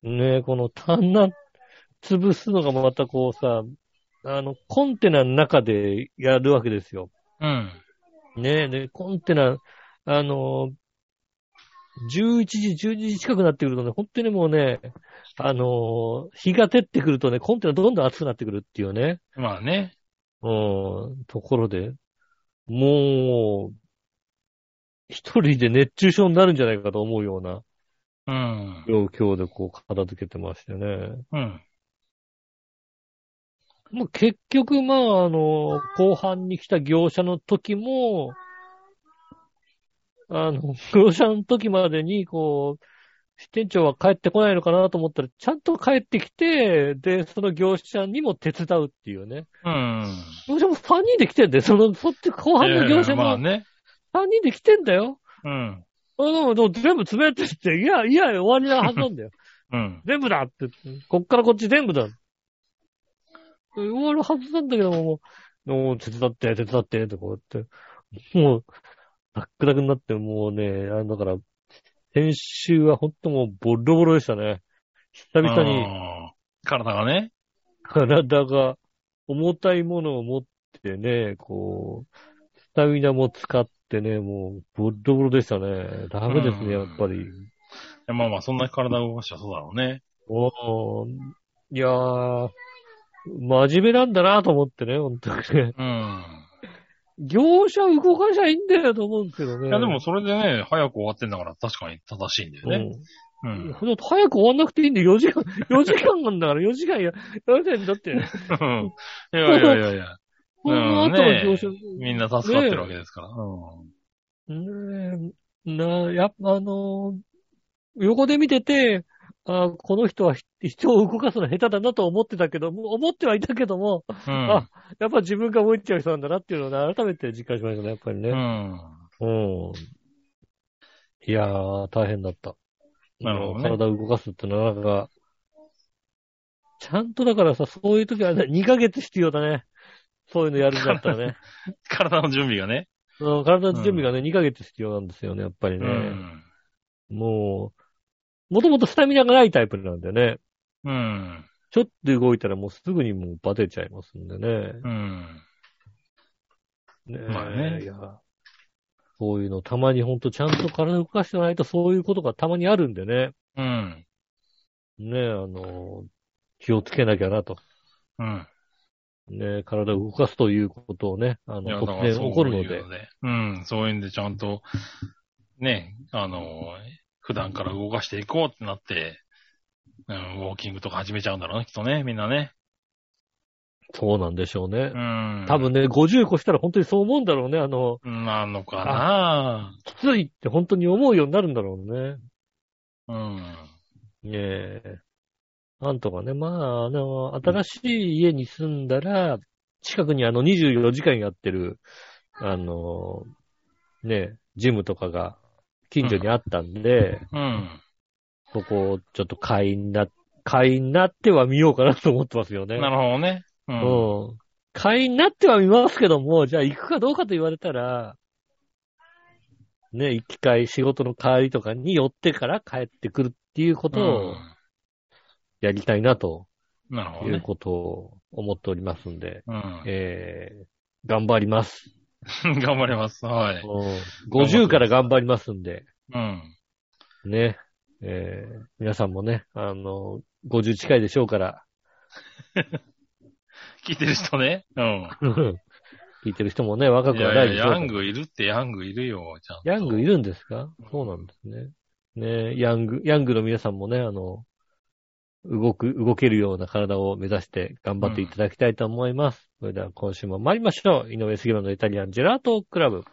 うん。ねえ、この棚潰すのがまたこうさ、あの、コンテナの中でやるわけですよ。
うん。
ねえ、で、コンテナ、あの、11時、12時近くなってくるとね、本当にもうね、あの、日が照ってくるとね、コンテナどんどん熱くなってくるっていうね、
まあね。
うん、ところで、もう、一人で熱中症になるんじゃないかと思うような
うん。
状況でこう片付けてましてね。
うん。
もう結局、まあ、あの、後半に来た業者の時も、あの、業者の時までに、こう、支店長は帰ってこないのかなと思ったら、ちゃんと帰ってきて、で、その業者にも手伝うっていうね。
うん。
業者も3人で来てんだよ。その、そっち、後半の業者
ええま
も
あね。
3人で来てんだよ。
うん。
あの、でも全部詰めてって、いや、いや、終わりなはずなんだよ。
うん。
全部だって、こっからこっち全部だ。終わるはずなんだけども、もう、手伝って、手伝って、とか言って、もう、ダックダクになって、もうね、あのだから、先週はほんともうボロボロでしたね。久々に
あー体がね。
体が重たいものを持ってね、こう、スタミナも使ってね、もう、ボロボロでしたね。ダメですね、やっぱり。
まあまあ、そんな体を動かしたらそうだろうね。
おーいやー、真面目なんだなと思ってね、本当にね。
うん。
業者動かしゃいいんだよと思うんですけどね。
いや、でもそれでね、早く終わってんだから確かに正しいんだよね。う
うん、
ん。
だって早く終わんなくていいんだよ、4時間、4時
(laughs)
間なんだから、4時間や、やるんだって、
(laughs) いやいやいやいや。
この後の業者、
みんな助かってるわけですから。
ねえ、な、やっぱあのー横で見てて、あーこの人はひ人を動かすの下手だなと思ってたけども、思ってはいたけども、
うん。
あやっぱ自分が動いちゃう人なんだなっていうのをね改めて実感しましたね、やっぱりね。
うん。うん。
うん。いやー、大変だった。
なるほどね
体を動かすってのは、なんか、ちゃんとだからさ、そういう時は、ね、2ヶ月必要だね。そういうのやるんだったら
(laughs)
ね。
体の準備がね。
その体の準備がね、2ヶ月必要なんですよね、やっぱり
う
ね。
ん。
もう、もともとスタミナがないタイプなんでね。
うん。
ちょっと動いたらもうすぐにもうバテちゃいますんでね。
うん。
ねえ
まあね
いやそういうの、たまにほんとちゃんと体を動かしてないとそういうことがたまにあるんでね。
うん。
ねえ、あの、気をつけなきゃなと。
うん。
ねえ、体を動かすということをね、あ
いや
の、
だから
突然
そういう
起こるので。。
うん。そういうんでちゃんと、ね、あの、普段から動かしていこうってなって、うん、ウォーキングとか始めちゃうんだろうね、きっとね、みんなね。
そうなんでしょうね
う。ん。
多分ね、50越したら本当にそう思うんだろうね。あの、
なのかな
きついって本当に思うようになるんだろうね。
うん。
ねえ。なんとかね、まあ、あの、新しい家に住んだら、近くにあの24時間やってる、あの、ねえ、ジムとかが近所にあったんで、
うん。
そこをちょっと会員な、会員になっては見ようかなと思ってますよね。
なるほどね。うん。
うん。会員になっては見ますけども、じゃあ行くかどうかと言われたら、ね、行き帰り、仕事の帰りとかに寄ってから帰ってくるっていうことをやりたいなと
うんなるほ
い
ど
う
ね。
ことを思っておりますんで、
うん。
えー、頑張ります。
(laughs) 頑張ります。はい。
うん50から頑張りますんで、
うん。
ね、えー、皆さんもね、あの、50近いでしょうから、
聞いてる人ね。うん。
うん (laughs) 聞いてる人もね、若
い
くはな
や
い
い
でし
や、
ょう
ヤングいるってヤングいるよ、ちゃんと。
ヤングいるんですかそうなんですね。ねヤング、ヤングの皆さんもね、あの、動く、動けるような体を目指して頑張っていただきたいと思います。それでは今週も参りましょう。井上杉村のイタリアンジェラートクラブ。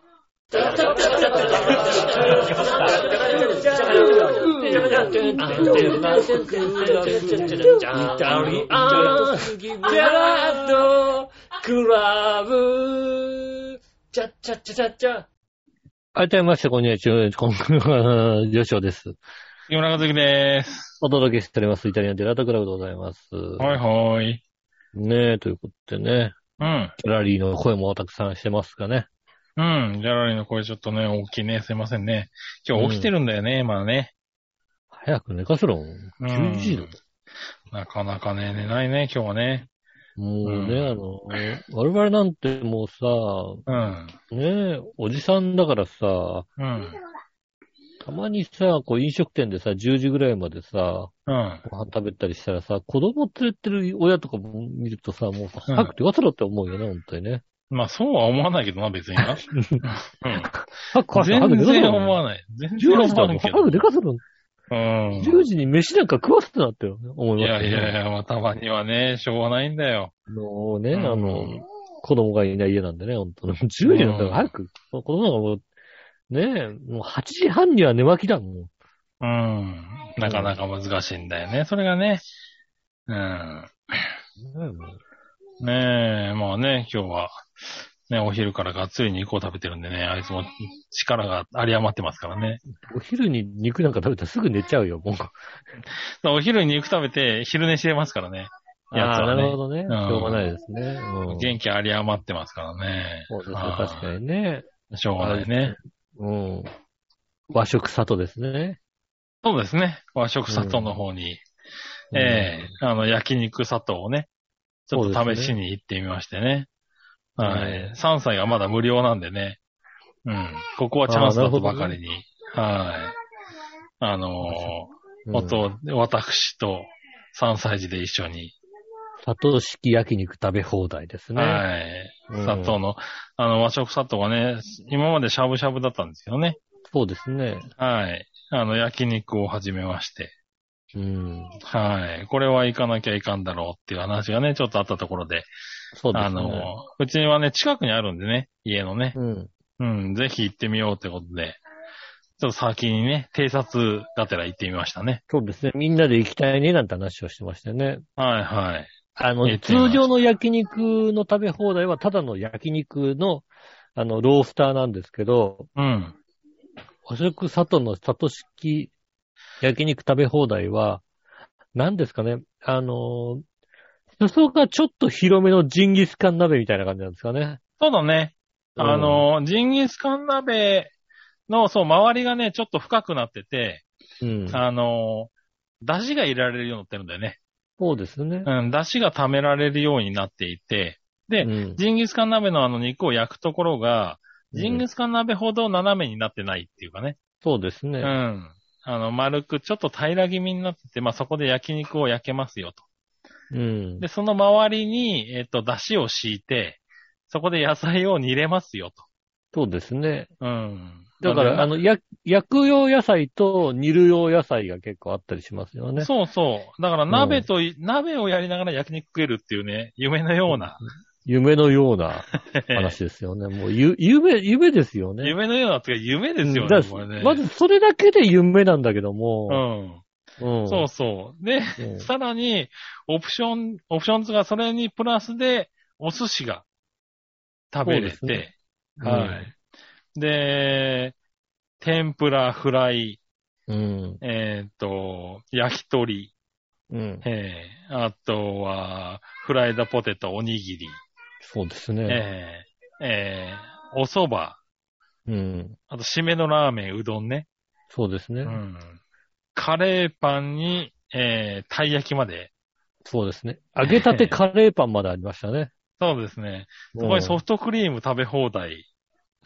改めまして、こんにちは。こんにちは。ジョシオです。
木村和樹です。
お届けしております。イタリアンジェラートクラブでございます。
はいはい。
ねえ、ということでね、
うん。
ギャラリーの声もたくさんしてますかね。
うん、ギャラリーの声ちょっとね、大きいね。すいませんね。今日起きてるんだよね、まあね。
早く寝かせろ。
うん
11時だ。
なかなかね、寝ないね、今日はね。
もうね、
うん
あの、我々なんてもう
うん。
さ、ねおじさんだからさ、
うん。
たまにさ、こう飲食店でさ、10時ぐらいまでさ、
うん。
ご飯食べたりしたらさ、子供連れてる親とかも見るとさ、もう早く手渡ろって思うよね、本当にね。
まあ、そうは思わないけどな、別
(laughs)
にな。うん。
早く早く
全
出かせ
然
ろ
思わない。全
10
然
時
思
だも
わなんいけ
早
ど。
く出かせろ。
うん。
10時に飯なんか食わせてなってよ思
い
いま
や
す
い
よね。
やいや、まあ、たまにはね、しょうがないんだよ。
もうね、
うん
あの、子供がいない家なんでね、本当に。10時 (laughs) なんだから早く、子供なんかもう、ねえ、もう8時半には寝巻きだもん。
うん。なかなか難しいんだよね、それがね。う
ね
ん。
えもう
ねえ、まあね、今日は、ね、お昼からがっつり肉を食べてるんでね、あいつ (laughs) も力が有り余ってますからね。
お昼に肉なんか食べたらすぐ寝ちゃうよ、もう。
お昼に肉食べて、昼寝してますからね。や
あ
つ
あ、な
は
る
ね
ほ。どね。しょうがないですね。うん。
元気有り余ってますからね。
そうですね、
はい
確かにね。
しょうがないね。
うん。和食里ですね。
そうですね。和食砂糖の方に、ええあの、焼肉砂糖をね、ちょっ
そう
と
で
試
すね
しに行ってみましてね。は
う
い。3歳がまだ無料なんでね。うん。ここはチャンスだとばかりに。はい。あの
う
ー、
ん
おと、私と3歳児で一緒に、
里式焼肉食べ放題ですね。
はい。
うん
砂糖の、あの、和食砂糖はね、今までしゃぶしゃぶだったんですけどね。
そうですね。
はい。あの、焼肉を始めまして。
うん。
はい。これは行かなきゃいかんだろうっていう話がね、ちょっとあったところで。
そうですね。
あの、うちはね、近くにあるんでね、家のね。
うん。
うん、ぜひ行ってみようってことで、ちょっと先にね、偵察がてら行ってみましたね。
そうですね。みんなで行きたいね、なんて話をしてましたよね。
はいはい。
あの
え、
通常の焼肉の食べ放題は、ただの焼肉の、あの、ロースターなんですけど、
うん。
和食里の里式焼肉食べ放題は、何ですかね、あの、裾がちょっと広めのジンギスカン鍋みたいな感じなんですかね。
そうだね。
うん
あの、ジンギスカン鍋の、そう、周りがね、ちょっと深くなってて、
うん。
あの、出汁が入れられるようになってるんだよね。
そうですね。
うん、出汁が溜められるようになっていて、で
うん
ジンギスカン鍋のあの肉を焼くところが、ジン
うん
ギスカン鍋ほど斜めになってないっていうかね。
そうですね。
うん。あの、丸く、ちょっと平ら気味になってて、まあ、そこで焼肉を焼けますよと。
うん。
で、その周りに、えっ、と、出汁を敷いて、そこで野菜を煮れますよ
そうですね。
と。うん。
だから、あ
の、
の、や焼く用野菜と煮る用野菜が結構あったりしますよね。
そうそう。だから、鍋とい、鍋をやりながら焼肉食えるっていうね、夢のような、
夢のよう
(laughs)
な話ですよね。もう、ゆ、夢、夢ですよね。
夢のようなっていうか、夢ですよ
だ
ね、これね。
まず、それだけで夢なんだけど
う
も、
ん。
うん
そうそう。で、
うん
さらに、オプション、オプションズがそれにプラスで、お寿司が食べれ
そ
て、
うで
はい。で、天ぷら、フライ、
うん。
えっ、と、焼き鳥、
うん。
えーあとは、フライドポテト、おにぎり、
そうですね。
えーえーお蕎麦、
うん。
あと、締めのラーメン、うどんね。
そうですね
う。ん。カレーパンに、えーたい焼きまで。
そうですね。揚げたてカレーパンまでありましたね。
そう (laughs) ですね。そこにソフトクリーム食べ放題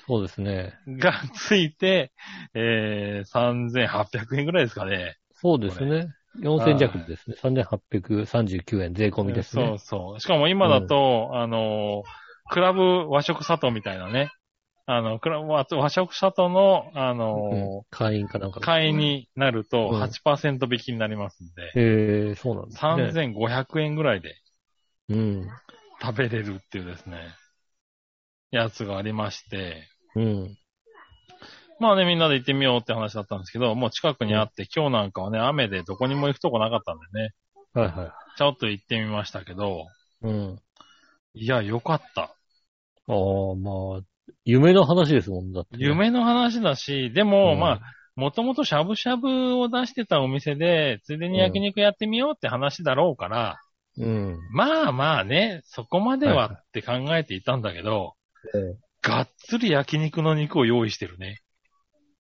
そうですね。
がついて、えー3800円ぐらいですかね。
そうですね。4000弱ですね。3839円税込みです
そ
ね
う。そう。しかも今だと、あのー、クラブ和食佐藤みたいなね、あの、クラブ和和食佐藤の、あ
うん
の
会員かなん
ー、
か。
会員になると
うん
8%引きになりますんで、
へえ、そうなんですね。
3500円ぐらいで
うん。
食べれるっていうですね、やつがありまして、
うん。
まあね、みんなで行ってみようって話だったんですけど、もう近くにあって、今日なんかはね、雨でどこにも行くとこなかったんでね、
はいは
ちょっと行ってみましたけど、
い。うん。
いや、よかった。
ああ、まあ、夢の話ですもんだってね。
夢の話だし、でも、
うん
まあ、もともとしゃぶしゃぶを出してたお店で、ついでに焼肉やってみようって話だろうから、
うん。
まあまあね、そこまで
はい
は
は
って考えていたんだけど、
ええ
がっつり焼肉の肉を用意してるね。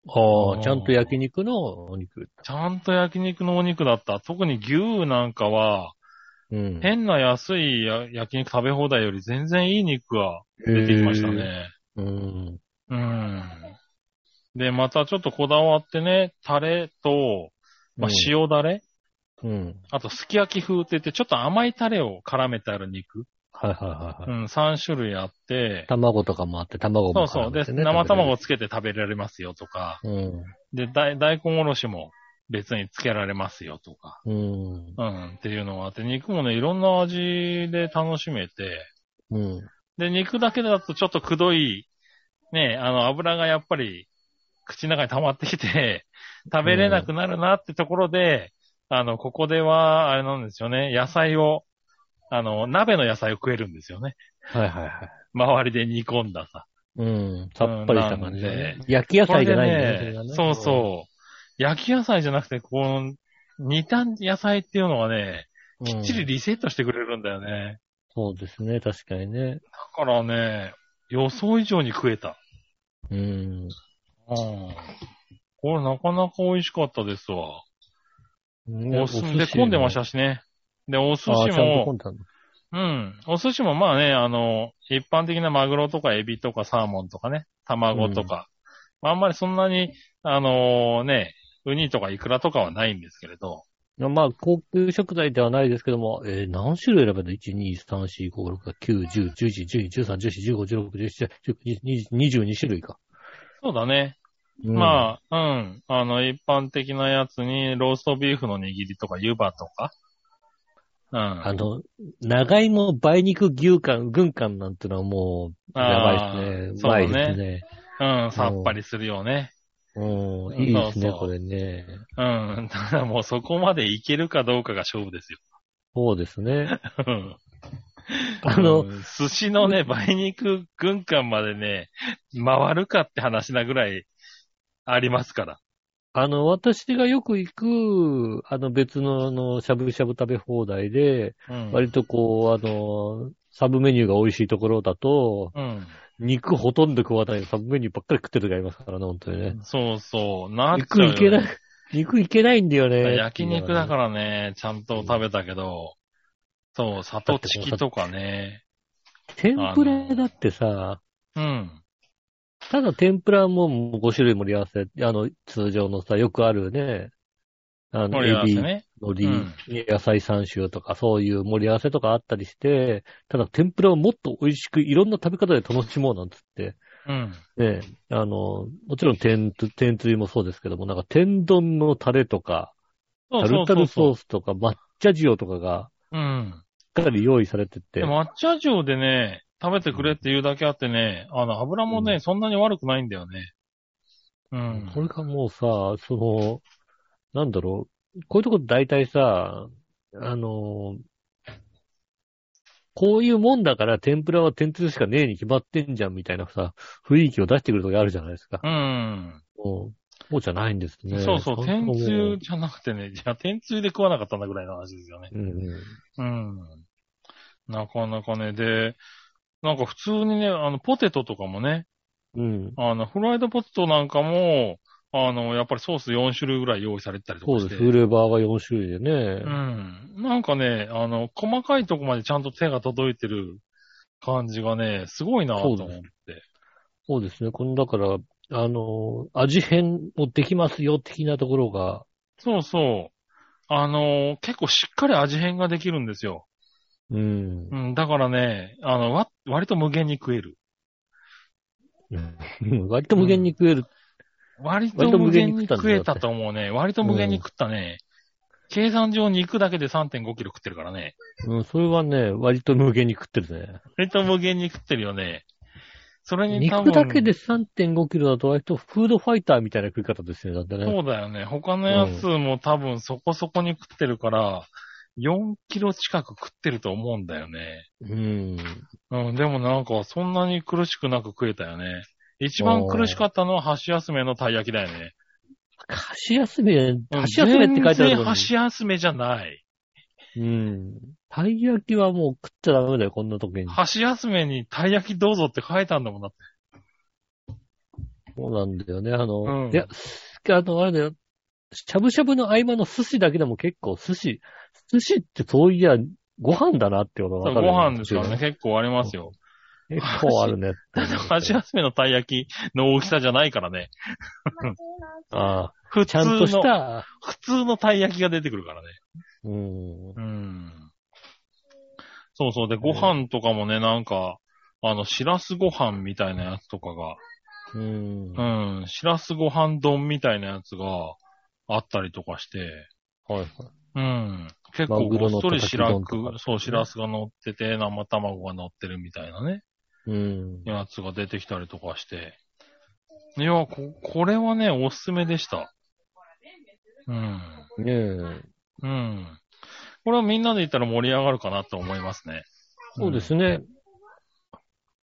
ああ、ちゃんと焼肉のお肉。
ちゃんと焼肉のお肉だった。特に牛なんかは、
うん。
変な安いや焼肉食べ放題より全然いい肉が出てきましたね。
うん。
うん。で、またちょっとこだわってね、タレと、まあ、塩だれ、
うん。
あとすき焼き風って言って、ちょっと甘いタレを絡めてある肉。
はいはいはいはい。
うん、3種類あって、
卵とかもあって、卵
そ
も
うそ
絡
う。
め
で、
てね
生卵をつけて食べられますよとか、で、大大根おろしも別につけられますよとか、
うん。うん。
うん、っていうのがあって、肉もね、いろんな味で楽しめて、
うん。
で、肉だけだとちょっとくどい、ね、あの、油がやっぱり、口の中に溜まってきて、 (laughs) 食べれなくなるなってところで、あの、ここでは、あれなんですよね、野菜を、あの、鍋の野菜を食えるんですよね。
はいはいはい。
周りで煮込んださ。
うん。さっぱりした感じだね
うんな。
焼き野菜じゃないんだ
これでねそうそう。焼き野菜じゃなくて、この、煮た野菜っていうのがね、
う
きっちりリセットしてくれるんだよね。
そうですね、確かにね。
だからね、予想以上に食えた。
うん。
うん。これなかなか美味しかったですわ。
ね
お寿司で混んでまし。たしね。で、お寿
お
司
寿司ねあーちゃんと
も
混ん、だんだ
うん。お寿司もまあね、あの、一般的なマグロとかエビとかサーモンとかね、卵とか。あんまりそんなに、あのね、ウニとかイクラとかはないんですけれど。
まあ、高級食材ではないですけども、えー何種類選べるの ?1、2、3、4、5、6、9、10、11、12、13、14、15、16、17、18、19、22種類か。
そうだね。
うん、
まあ、うん。あの、一般的なやつに、ローストビーフの握りとか、湯葉とか。うん。
あの、長芋、梅肉、牛肝、軍肝なんてのはもう、やばいですね。
あ
うま
ー
いですね。
そうだね。うん、さっぱりするよね。
うん、いいですね、
そうそう
これね。
うん。 (laughs) ただもうそこまでいけるかどうかが勝負ですよ。
そうです
(laughs)
ね。
うん
あの、
うん寿司のね、梅肉軍艦までね、回るかって話なぐらいありますから。
あの、私がよく行く、あの別の、あの、しゃぶしゃぶ食べ放題で、
うん。
割とこう、あの、サブメニューが美味しいところだと、
うん。
肉ほとんど食わないでサブメニューばっかり食ってる時ありますからね、本当にね。
そうそう。なっち
肉
ゃうよね
いけない、肉いけないんだよね。。
焼肉だかららね、ちゃんと食べたけど、そう、里チキとかね。
天ぷらだってさ、
うん。
ただ天ぷらももう5種類盛り合わせ、あの、通常のさ、よくあるね、あの、
盛り合わ
エ
せ
ビ、
ね。
海
うん
苔、野菜三種とか、そういう盛り合わせとかあったりして、ただ天ぷらをもっと美味しく、いろんな食べ方で楽しもうなんつって、
うん。
ね、あの、もちろん天つ、天つゆもそうですけども、なんか天丼のタレとか、タ
そうそ
ル
う
タ
そう
ル
そ
ソ
う
ー。スとか、抹茶塩とかが、
うん。
しっかり用意されてて、
で、抹茶塩でね、食べてくれって言うだけあってね、あの、油もね、
うん
そんなに悪くないんだよね。うん。
これがもうさ、その、なんだろう、こういうとこ大体さ、あの、こういうもんだから天ぷらは天つゆしかねえに決まってんじゃんみたいなさ、雰囲気を出してくるときあるじゃないですか。
うん。
もうそうじゃないんですね。
そうそう、天つゆ
う。
じゃなくてね、じゃあ天つゆで食わなかったんだぐらいの話ですよね。
うんうん。
うん。なかなかね、で、なんか普通にね、あの、ポテトとかもね、
うん。
あの、フライドポテトなんかも、あの、やっぱりソース4種類ぐらい用意されてたりと
そ
か
う
し
で
て。
す。フレーバーが4種類でね。
うん。なんかね、あの、細かいとこまでちゃんと手が届いてる感じがね、すごいなと思っ
そうで
て。
そうですね。この、だから、あの、味変もできますよ、的なところが、
そうそう。あの、結構しっかり味変ができるんですよ。
うん。
うん、だからね、あの、わ、割と無限に食える。
割と無限に食える
割と
割と
無
無限に
限
食っ
に
たん
食
だよ
えたと思うね。割と無限に食ったね。計算上肉だけで3.5キロ食ってるからね。
うん、それはね、割と無限に食ってるね。
割と無限に食ってるよね。それに多分
肉だけで3.5キロだと割とフードファイターみたいな食い方ですよね、だってね。
そうだよね。他のやつも多分そこそこに食ってるから、4キロ近く食ってると思うんだよね。
うん。
うん、でもなんかそんなに苦しくなく食えたよね。一番苦しかったのは箸休めのたい焼きだよね。
箸休め、
うん
箸休めって書いてある
全然
のに。
箸休めじゃない。
うん。たい焼きはもう食っちゃダメだよ、こんな時に。
箸休めにたい焼きどうぞって書いてあるんだもんだって。
そうなんだよね。あの、
うん
いや、すあの、あれだよ。しゃぶしゃぶの合間の寿司だけでも結構寿司、寿司ってそういや、ご飯だなってことが
そ
分
う
かる
ご
よ
飯ですからね、。結構ありますよ。
結構ある
(laughs)
ね。
箸休めのたい焼きの大きさじゃないからね。
あ
普
あ、ち
通
ゃんとし
の、
た、
普通のたい焼きが出てくるからね。
うん。
うん。そうそう。で、ご飯とかもね、なんか、あの、しらすご飯みたいなやつとかが、
うん。はい
うん、しらすご飯丼みたいなやつがあったりとかして、
はい。
うん。結
マ
構
グロ
ごっ
の
そりしら
たたき丼と
く、
か
そう、しらすが乗ってて、生卵が乗ってるみたいなね、
うん。
やつが出てきたりとかして。いや、こ、これはね、おすすめでした。うん。
ねえ。
うん。これはみんなで行ったら盛り上がるかなと思いますね。
そうですね。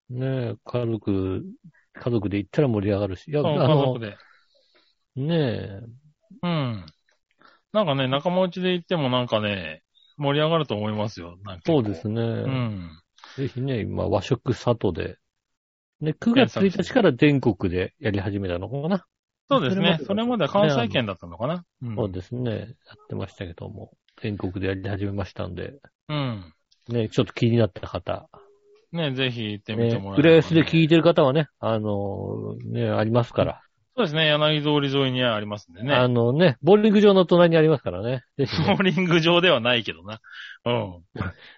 ねえ、家族、家族で行ったら盛り上がるし。いや、あ
そう、家
の
族、で。
ね
うん。なんかね、仲間内で行ってもなんかえ盛り上がると思いますよ。なんか
え、そ
結構
うですね。
うん。
ぜひね、今、和食里で。ね、9月1日から全国でやり始めたのかな。
そうですね。
そ
そ
れ
れ
ま
ま
で
で
は
は
関西
関西
圏
圏だったのかな、うん。
そうですね。やってましたけども。全国でやり始めましたんで。
うん。
ね、ちょっと気になった方。
ね、ぜひ行ってみて
ね
もら、え
浦
ればね
安で聞いてる方はね、あのーね、ありますから。
そうですね。柳通り沿いにありますんで
あ
ね。
のね、ボーリング場の隣にありますからね。ぜひ
(laughs) ボ
ね、
ーリング場ではないけどな。うん。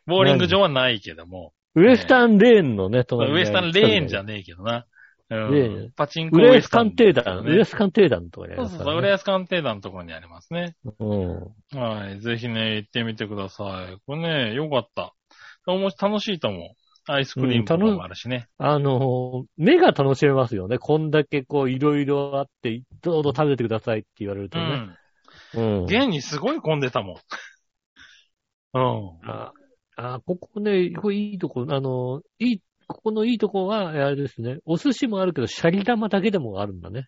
ボーリング場はないけども。
ウエスタンレーンのね、
ウ
隣にあ
エ
り
ス
ま
タ
す
ン
からね
レーンじゃねえけどな。う
レー
ん
ン。
パチンコ
浦安鑑定
ウエスタン
団、
ね
浦安鑑定団とかにあり
そ
ま
う
す
そう
か
そう。
ら
浦
ね。
安鑑定団のところにありますね。はい。ぜひね、行ってみてください。これね、よかった。おもし楽しいと思う。アイスクリームとかもあるしね。
うん。あのー、目が楽しめますよね。こんだけこう、いろいろあって、どうぞ食べてくださいって言われると
う
ね。
ん。
うん。
現にすごい混んでたもん。うん。
あ、あ、ここね、これいいとこ、あのー、いい、ここのいいとこは、あれですね。お寿司もあるけど、シャリ玉だけでもあるんだね。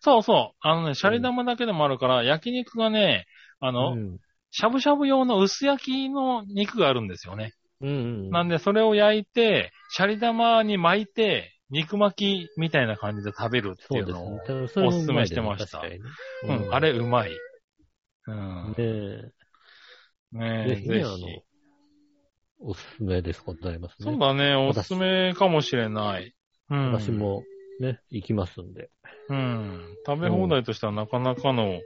そうそう。あのね、シャリ玉だけでもあるから、焼肉がね、あ
う
の、
ん。
しゃぶしゃぶ用の薄焼きの肉があるんですよね。
うんうん。
なんで、それを焼いて、シャリ玉に巻いて、肉巻きみたいな感じで食べるって
そ
いうう
で
のを。
すね。それもうまいですね
おすすめしてました
確かにね
うん、あれうまい。うん。
ね
ね
え。
え
ぜひね、
ぜ
あの
ひ。、
おすすめです、ございますね。
そうだね、おすすめかもしれない。うん。
私。もね、行きますんで。
うん。食べ放題としてはなかなかの、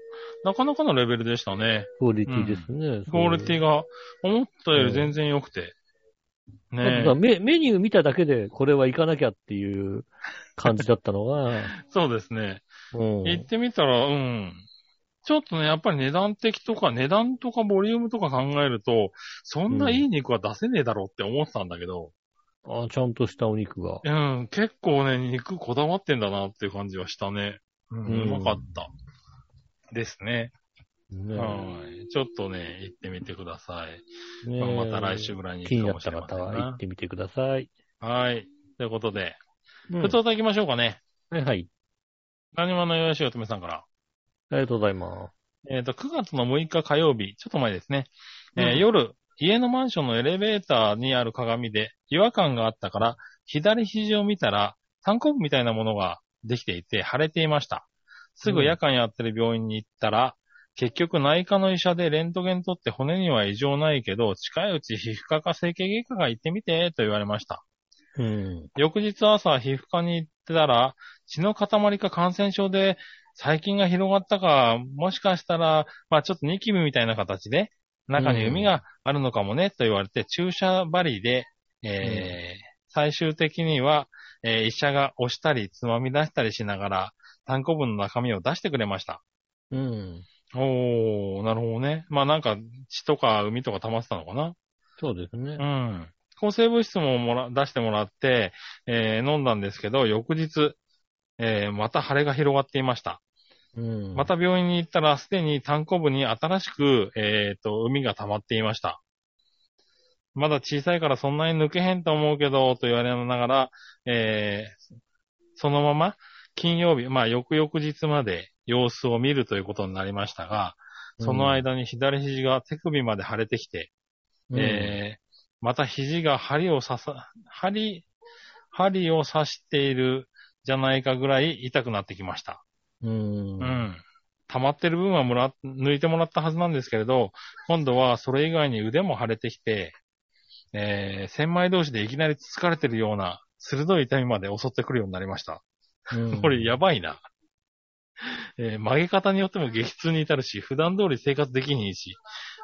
なかなかのレベルでしたね。
クオリティですね。
クオリティ
ィ
が思ったより全然良くて。ねえ。
メメニュー見ただけで、これは行かなきゃっていう感じだったの
(laughs)
が、
そうですね。
うん。
行ってみたら、うん。ちょっとね、やっぱり値段的とか、値段とかボリュームとか考えると、そんないい肉は出せねえだろうって思ってたんだけど、
あちゃんとしたお肉が。
うん、結構ね、肉こだわってんだなっていう感じはしたね。うん、
うん
うまかった。ですね。
ね
はい。ちょっとね、行ってみてください。
ね
まあまた来週ぐらいに
気にな
行くか
っ
もしたれませ
方
ん
は行っ
な。
てみてください。
はい。ということで、
うん
普通と行きましょうかね。
はいはい。
何者よよしおとめさんから。
ありがとうございます。
えっ、と、9月の6日火曜日、ちょっと前ですね。えー
うん
夜、家のマンションのエレベーターにある鏡で違和感があったから、左肘を見たら、単行部みたいなものができていて腫れていました。すぐ夜間やってる病院に行ったら、結局内科の医者でレントゲン取って骨には異常ないけど、近いうち皮膚科か整形外科が行ってみて、と言われました。
うん。
翌日朝、皮膚科に行ってたら、血の塊か感染症で、細菌が広がったか、もしかしたら、まあちょっとニキビみたいな形で、中に海があるのかもね、と言われて、注射針で、えー最終的には、えー医者が押したり、つまみ出したりしながら、単行文の中身を出してくれました。
うん。
おー、なるほどね。まあなんか、血とか海とか溜まってたのかな
そうですね
う。ん。抗生物質ももら出してもらって、えー飲んだんですけど、翌日、えーまた腫れが広がっていました。
うん。
また病院に行ったら、すでに単行部に新しく、えっ、と、海が溜まっていました。まだ小さいからそんなに抜けへんと思うけど、と言われながら、えーそのまま、金曜日、まあ、翌々日まで様子を見るということになりましたが、その間に左肘が手首まで腫れてきて、
うん、
えーまた肘が針を刺さ、針、針を刺しているじゃないかぐらい痛くなってきました。
うん。
う
うん。
ん。溜まってる分はもら、抜いてもらったはずなんですけれど、今度はそれ以外に腕も腫れてきて、えー、千枚同士でいきなりつつかれてるような、鋭い痛みまで襲ってくるようになりました。これやばいな。えー曲げ方によっても激痛に至るし、普段通り生活できにいいし、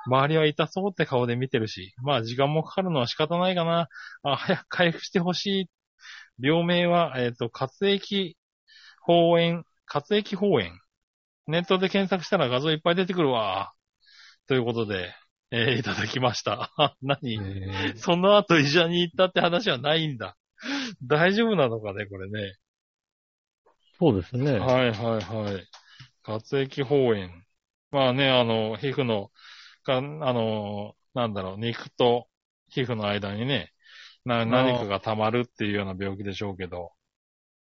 周りは痛そうって顔で見てるし、まあ時間もかかるのは仕方ないかな。あ早く回復してほしい。病名は、えっ、と、血液放炎、血液放炎。ネットで検索したら画像いっぱい出てくるわ。ということで、えーいただきました。あ何、
え
その後医者に行ったって話はないんだ。大丈夫なのかね、これね。
そうですね。
はいはいはい。血液放炎。まあね、あの、皮膚の、かあの、なんだろう、肉と皮膚の間にね、な何かが溜まるっていうような病気でしょうけど。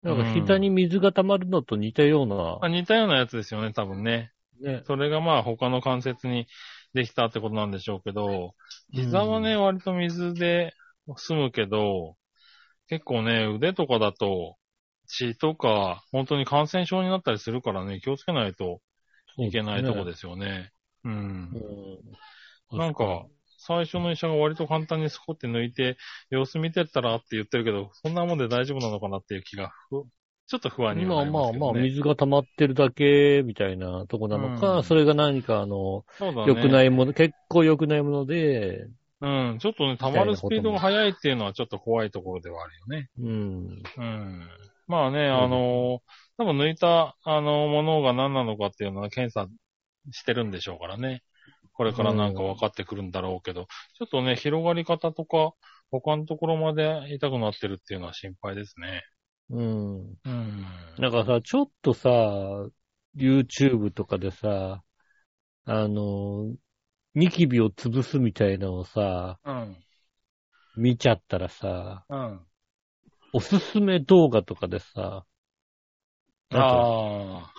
なんか膝に水が溜まるのと似たよう
ま
な、
あ、似たようなやつですよね、多分ね。
ね。
それがまあ他の関節にできたってことなんでしょうけど、膝はね、割と水で済むけど、結構ね、腕とかだと、血とか、本当に感染症になったりするからね、気をつけないといけないとこですよね。うん
う。ん。
なんか、最初の医者が割と簡単にスコって抜いて、様子見てったらって言ってるけど、そんなもんで大丈夫なのかなっていう気がふ、ちょっと不安に
ま
は
あ
なり
ま
ま
あ
すけ
ま
ど、ね。
あ、水が溜まってるだけみたいなとこなのか、
うん
それが何かあの、
そうだね。
良くないもの、結構良くないもので、
うん、ちょっとね、溜まるスピードが速いっていうのはちょっと怖いところではあるよね。
うん。
うん。まあね、あのー、多分抜いた、あのー、ものが何なのかっていうのは検査してるんでしょうからね。これからなんか分かってくるんだろうけど、ちょっとね、広がり方とか、他のところまで痛くなってるっていうのは心配ですね。
うん。
うん。
なんかさ、ちょっとさ、YouTube とかでさ、あの、ニキビを潰すみたいなのをさ、
うん。
見ちゃったらさ、
うん。
おすすめ動画とかでさ、なんか
あ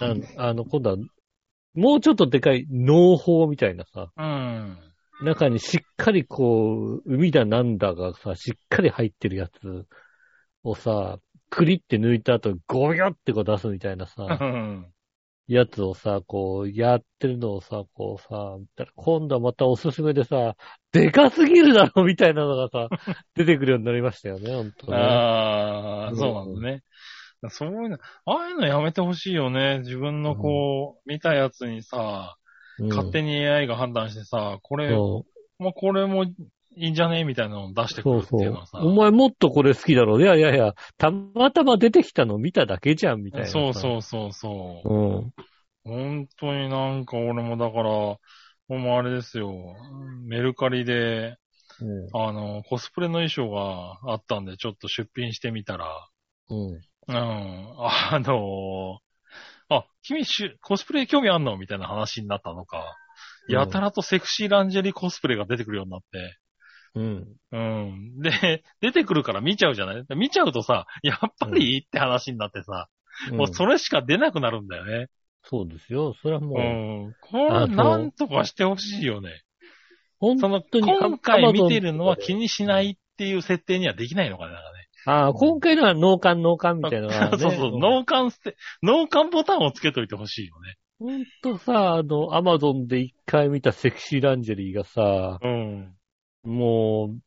あのあの、今度は、もうちょっとでかい農法みたいなさ、
あ。うん。
中にしっかりこう、海だなんだがさ、しっかり入ってるやつをさ、クリって抜いた後、ゴヨってこう出すみたいな
う (laughs)
さ、
ん。
やつをさ、こう、やってるのをさ、こうさ、見たら今度はまたおすすめでさ、でかすぎるだろみたいなのが
(laughs)
さ、出てくるようになりましたよね、ほんとね。
あ
う
あ、
ん
そうなんだね。そういうの、ああいうのやめてほしいよね。自分のこう、見たやつにさ、勝手
に、
に AI が判断してさ、これ、
そ
まあ、これもいいんじゃねみたいなのを出し
う
てく
そ
る
う
って
そ
いうの
う
は。さ。
お前もっとこれ好きだろ。いやいやいや、たまたま出てきたの見ただけじゃん、みたいなさ。
そうそうそうそう。
うん。
本当になんか俺もだから、もうあれですよ。メルカリで、
うん。
あの、コスプレの衣装があったんで、ちょっと出品してみたら、
うん。
うん。あのーあ、君しゅ、コスプレ興味あんのみたいな話になったのか。
うん
やたらとセクシーランジェリーコスプレが出てくるようになって。
うん。
うん。で、 (laughs) 出てくるから見ちゃうじゃない見ちゃうとさ、やっぱりいいって話になってさ、もう
そ
それしか出なくなるんだよね。
そうですよ。それはもう、
うん。これ、なんとかしてほしいよね。
本
その、
当に
今回見てるのは
Amazon
気にしないっていう設定にはできないのかね、なんかね。
ああ、今回のは脳幹脳幹みたいなのが、ね。
(laughs) そうそう、脳幹ステ、脳幹ボタンをつけといてほしいよね。
ほんとさ、あの、アマゾンで一回見たセクシーランジェリーがさ、
うん。
もう、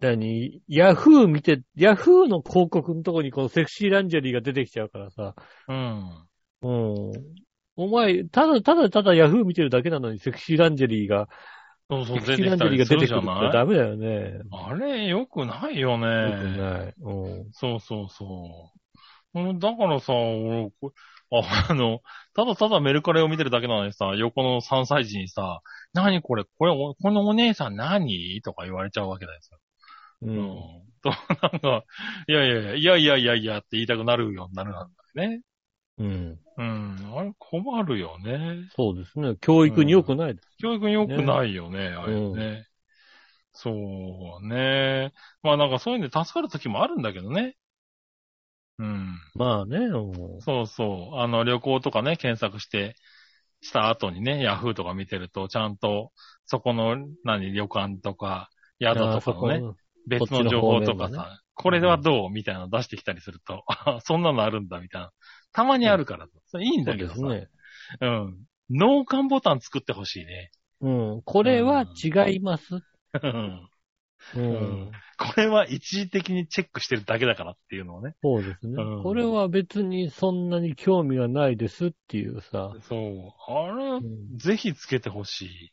何ヤフー見て、ヤフーの広告のとこにこのセクシーランジェリーが出てきちゃうからさ、
うん。
うん。お前、ただただただヤフー見てるだけなのにセクシーランジェリーが、
そうそう、
セク
出
シ
て
ーラ
き
ン
た
ジェリー
り
が
す
出
る
て
じ
く
ゃ
ると
ない
ダメだよね。
あれ、良くないよ
よく
ね。
ない。うん。
そうそうそううん。だからさ、俺、こ (laughs) ああの、ただただメルカリを見てるだけなのにさ、横の3歳児にさ、何これ、これ、おこのお姉さん何とか言われちゃうわけだよ。
う。。
うんと、なんか、いやいやいや、いやいやいやいやって言いたくなるようになるんだよね。
うん。
うん。あれ、困るよね。
そうですね。教育に良くないです。
教育に良くないよね、あれね。そうね。まあなんかそういうんで助かる時もあるんだけどね。うん。
まあね、うん
そうそう。あの、旅行とかね、検索して、した後にね、ヤフーとか見てると、ちゃんと、そこの、何、旅館とか、宿
あ
と
ーそ
かの
こ
ね、別の情報と
こ
か
っちの方面の
さ、これはどうみたいなの出してきたりす
(laughs)
ると、あそんなのあるんだ、みたいな。たまにあるから、それいいんだけどさ。
そうですね。
うん。脳幹ボタン作ってほしいね。 (laughs)
うん。これは違います。
うん
うん
んこれは一時的にチェックしてるだけだからっていうのをね。
そうですね、
うん
これは別にそんなに興味がないですっていうさ。
そう。あれ、
ん
ぜひつけてほし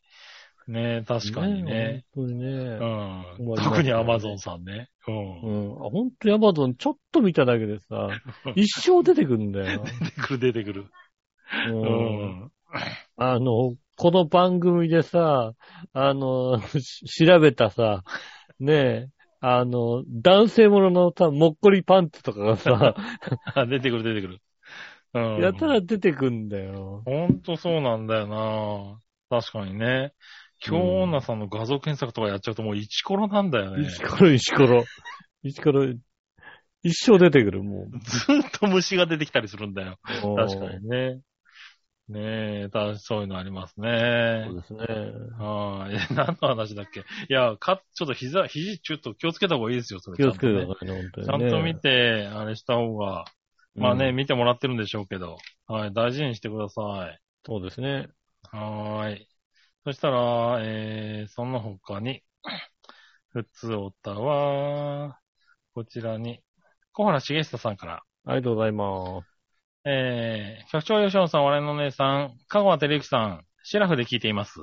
い。ね確かにね。。
本当にね。思い
うん。
ますね
特にアマゾンさんね。うん。
うん。本当にアマゾンちょっと見ただけで
(laughs)
さ、一生出てくるんだよ。
出てくる出てくる。
う
うんん。
あの、この番組でさ、あの、し調べたさ、ねえ、あの、男性もののさ、もっこりパンツとかがさ、
あ (laughs) 出てくる出てくる。うん。
やたら出てくんだよ。
ほんとそうなんだよな確かにね。京女さんの画像検索とかやっちゃうともうイチコロなんだよね。
石ころ石ころ。石ころ、一生出てくる、もう。
ずーっと虫が出てきたりするんだよ。確
確
かにね。ねえ、たそういうのありますね
そう。ですね。
はい。 (laughs) え何の話だっけいや、か、ちょっと膝、肘ちょっと気をつけた方がいいですよ、それ。
気をつけて
ちゃんとね
くださいね、本
ちゃ
当に
ん
ね。
と見て、あれした方が、まあね、
うん
見てもらってるんでしょうけど、はい、大事にしてください。
そうですね。
はーい。そしたら、えー、その他に、 (coughs) 普通おたは、こちらに、小原茂久さんから、
ありがとうございます。
えー、局長吉野さん、我の姉さん、香川照之さん、シラフで聞いています。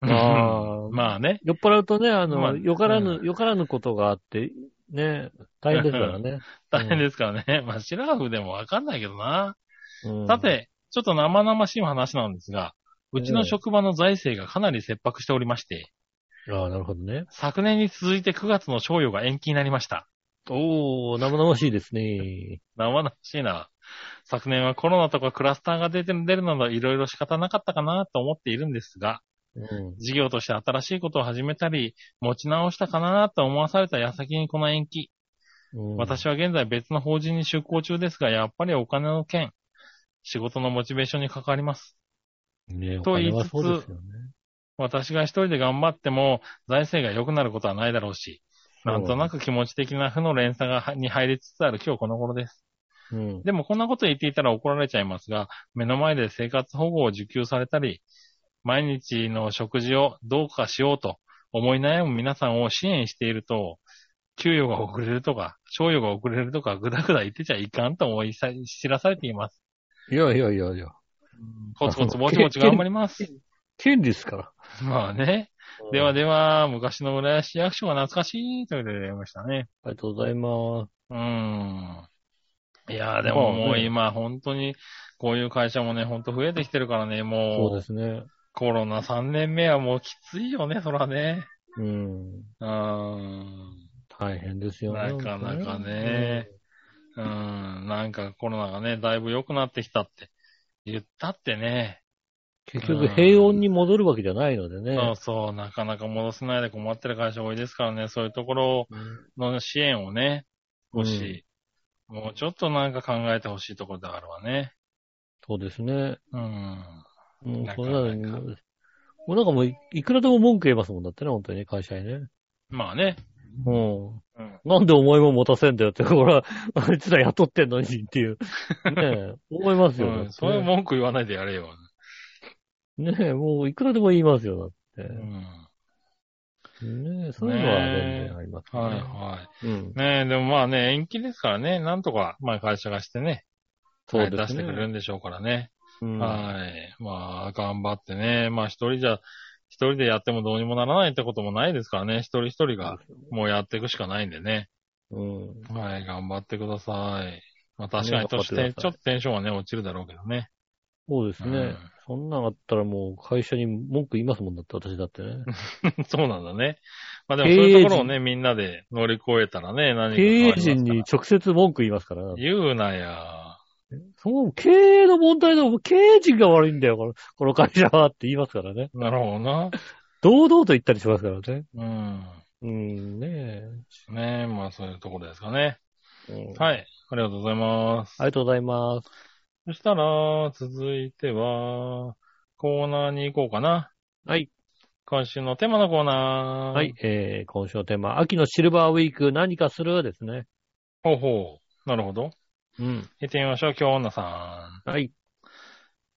あー
(laughs) まあね。
酔っ払うとね、あの、
まあ
よからぬ、
う
よからぬことがあって、ね、大変ですからね。
大変ですからね。 (laughs) まあ、シラフでもわかんないけどな。
うん
さ、て、ちょっと生々しい話なんですが、うちの職場の財政がかなり切迫しておりまして、
ああ、なるほどね。
昨年に続いて9月の賞与が延期になりました。
おー、生々しいですね。
生々しいな。昨年はコロナとかクラスターが出て出るなどいろいろ仕方なかったかなと思っているんですが、
うん。
事業として新しいことを始めたり、持ち直したかなと思わされた矢先にこの延期。
うん、
私は現在別の法人に出向中ですが、やっぱりお金の件、仕事のモチベーションに関わります。
ね、
と言いつつ
お金はそうですよね。
私が一人で頑張っても財政が良くなることはないだろうし、なんとなく気持ち的な負の連鎖がに入りつつある今日この頃です。
うん。
でもこんなこと言っていたら怒られちゃいますが、目の前で生活保護を受給されたり、毎日の食事をどうかしようと思い悩む皆さんを支援していると、給与が遅れるとか、賞与が遅れるとか、ぐだぐだ言ってちゃいかんと思いさ知らされています。
いやいやいやいや。
コツコツぼちぼち頑張ります。
権利ですから。
まあね。ではでは、昔の浦安市役所が懐かしいということでやりましたね。
ありがとうございます。
うーん。いやーでももう今本当にこういう会社もね、本当増えてきてるからね、も
そうですね。
コロナ3年目はもうきついよね、そらね。
うん。
うーん。
大変ですよね。
なかなかねうーん。なんかコロナがね、だいぶ良くなってきたって言ったってね。
うん。結局平穏に戻るわけじゃないのでね。
そうそう、なかなか戻せないで困ってる会社多いですからね、そういうところの支援をね、
うん
少し、もうちょっとなんか考えてほしいところではあるわね。
そうですね。
うん。
うん
な、
そ
かなか
うなのに、もうなんかもうい、いくらでも文句言えますもんだってね、本当にね、会社にね。
まあね。
うん。
うん。
なんで思いも持たせんだよって、ほら、 (laughs) あいつら雇ってんのにって (laughs) いう。ねえ、思いますよ、
う
だ
ん、
って
そういう文句言わないでやれよ。
ねえ、もういくらでも言いますよ、だっ
う
て。
ん。
ねえ、そういうのは全然ありますね。
はいはい。
うん。
ねえ、でもまあね、延期ですからね、なんとか、まあ会社がしてね、
そうですね
出してくれるんでしょうからね。
うん
はい。まあ、頑張ってね、まあ一人じゃ、一人でやってもどうにもならないってこともないですからね、一人一人がもうやっていくしかないんでね。
うん。
はい、頑張ってください。まあ確かにちょっと
ね
テンちょっとテンションはね、落ちるだろうけどね。
そうです
う
ね
ん。
そんなんあったらもう会社に文句言いますもんだって、私だってね。
そうなん (laughs) だね。まあでもそういうところをね、みんなで乗り越えたらね、何か
(laughs) 経
変わ
営
りますから
陣に直接文句言いますから。
言うなや。
そう、経営の問題でも経営陣が悪いんだよ、この (laughs) この会社はって言いますからね。
なるほど
(laughs)
な。
堂々と言ったりしますからね。
うん。
うん、ね
ねえ、まあそういうところですかね。
え。うんあ
はい。ありがとうございます。
りがとうございます。
そしたら、続いては、コーナーに行こうかな。
はい。
今週のテーマのコーナー。
はい。。えー、今週のテーマ、秋のシルバーウィーク何かするですね。
ほうほう。なるほど。
うん。
行ってみましょう、今日女さん。
はい。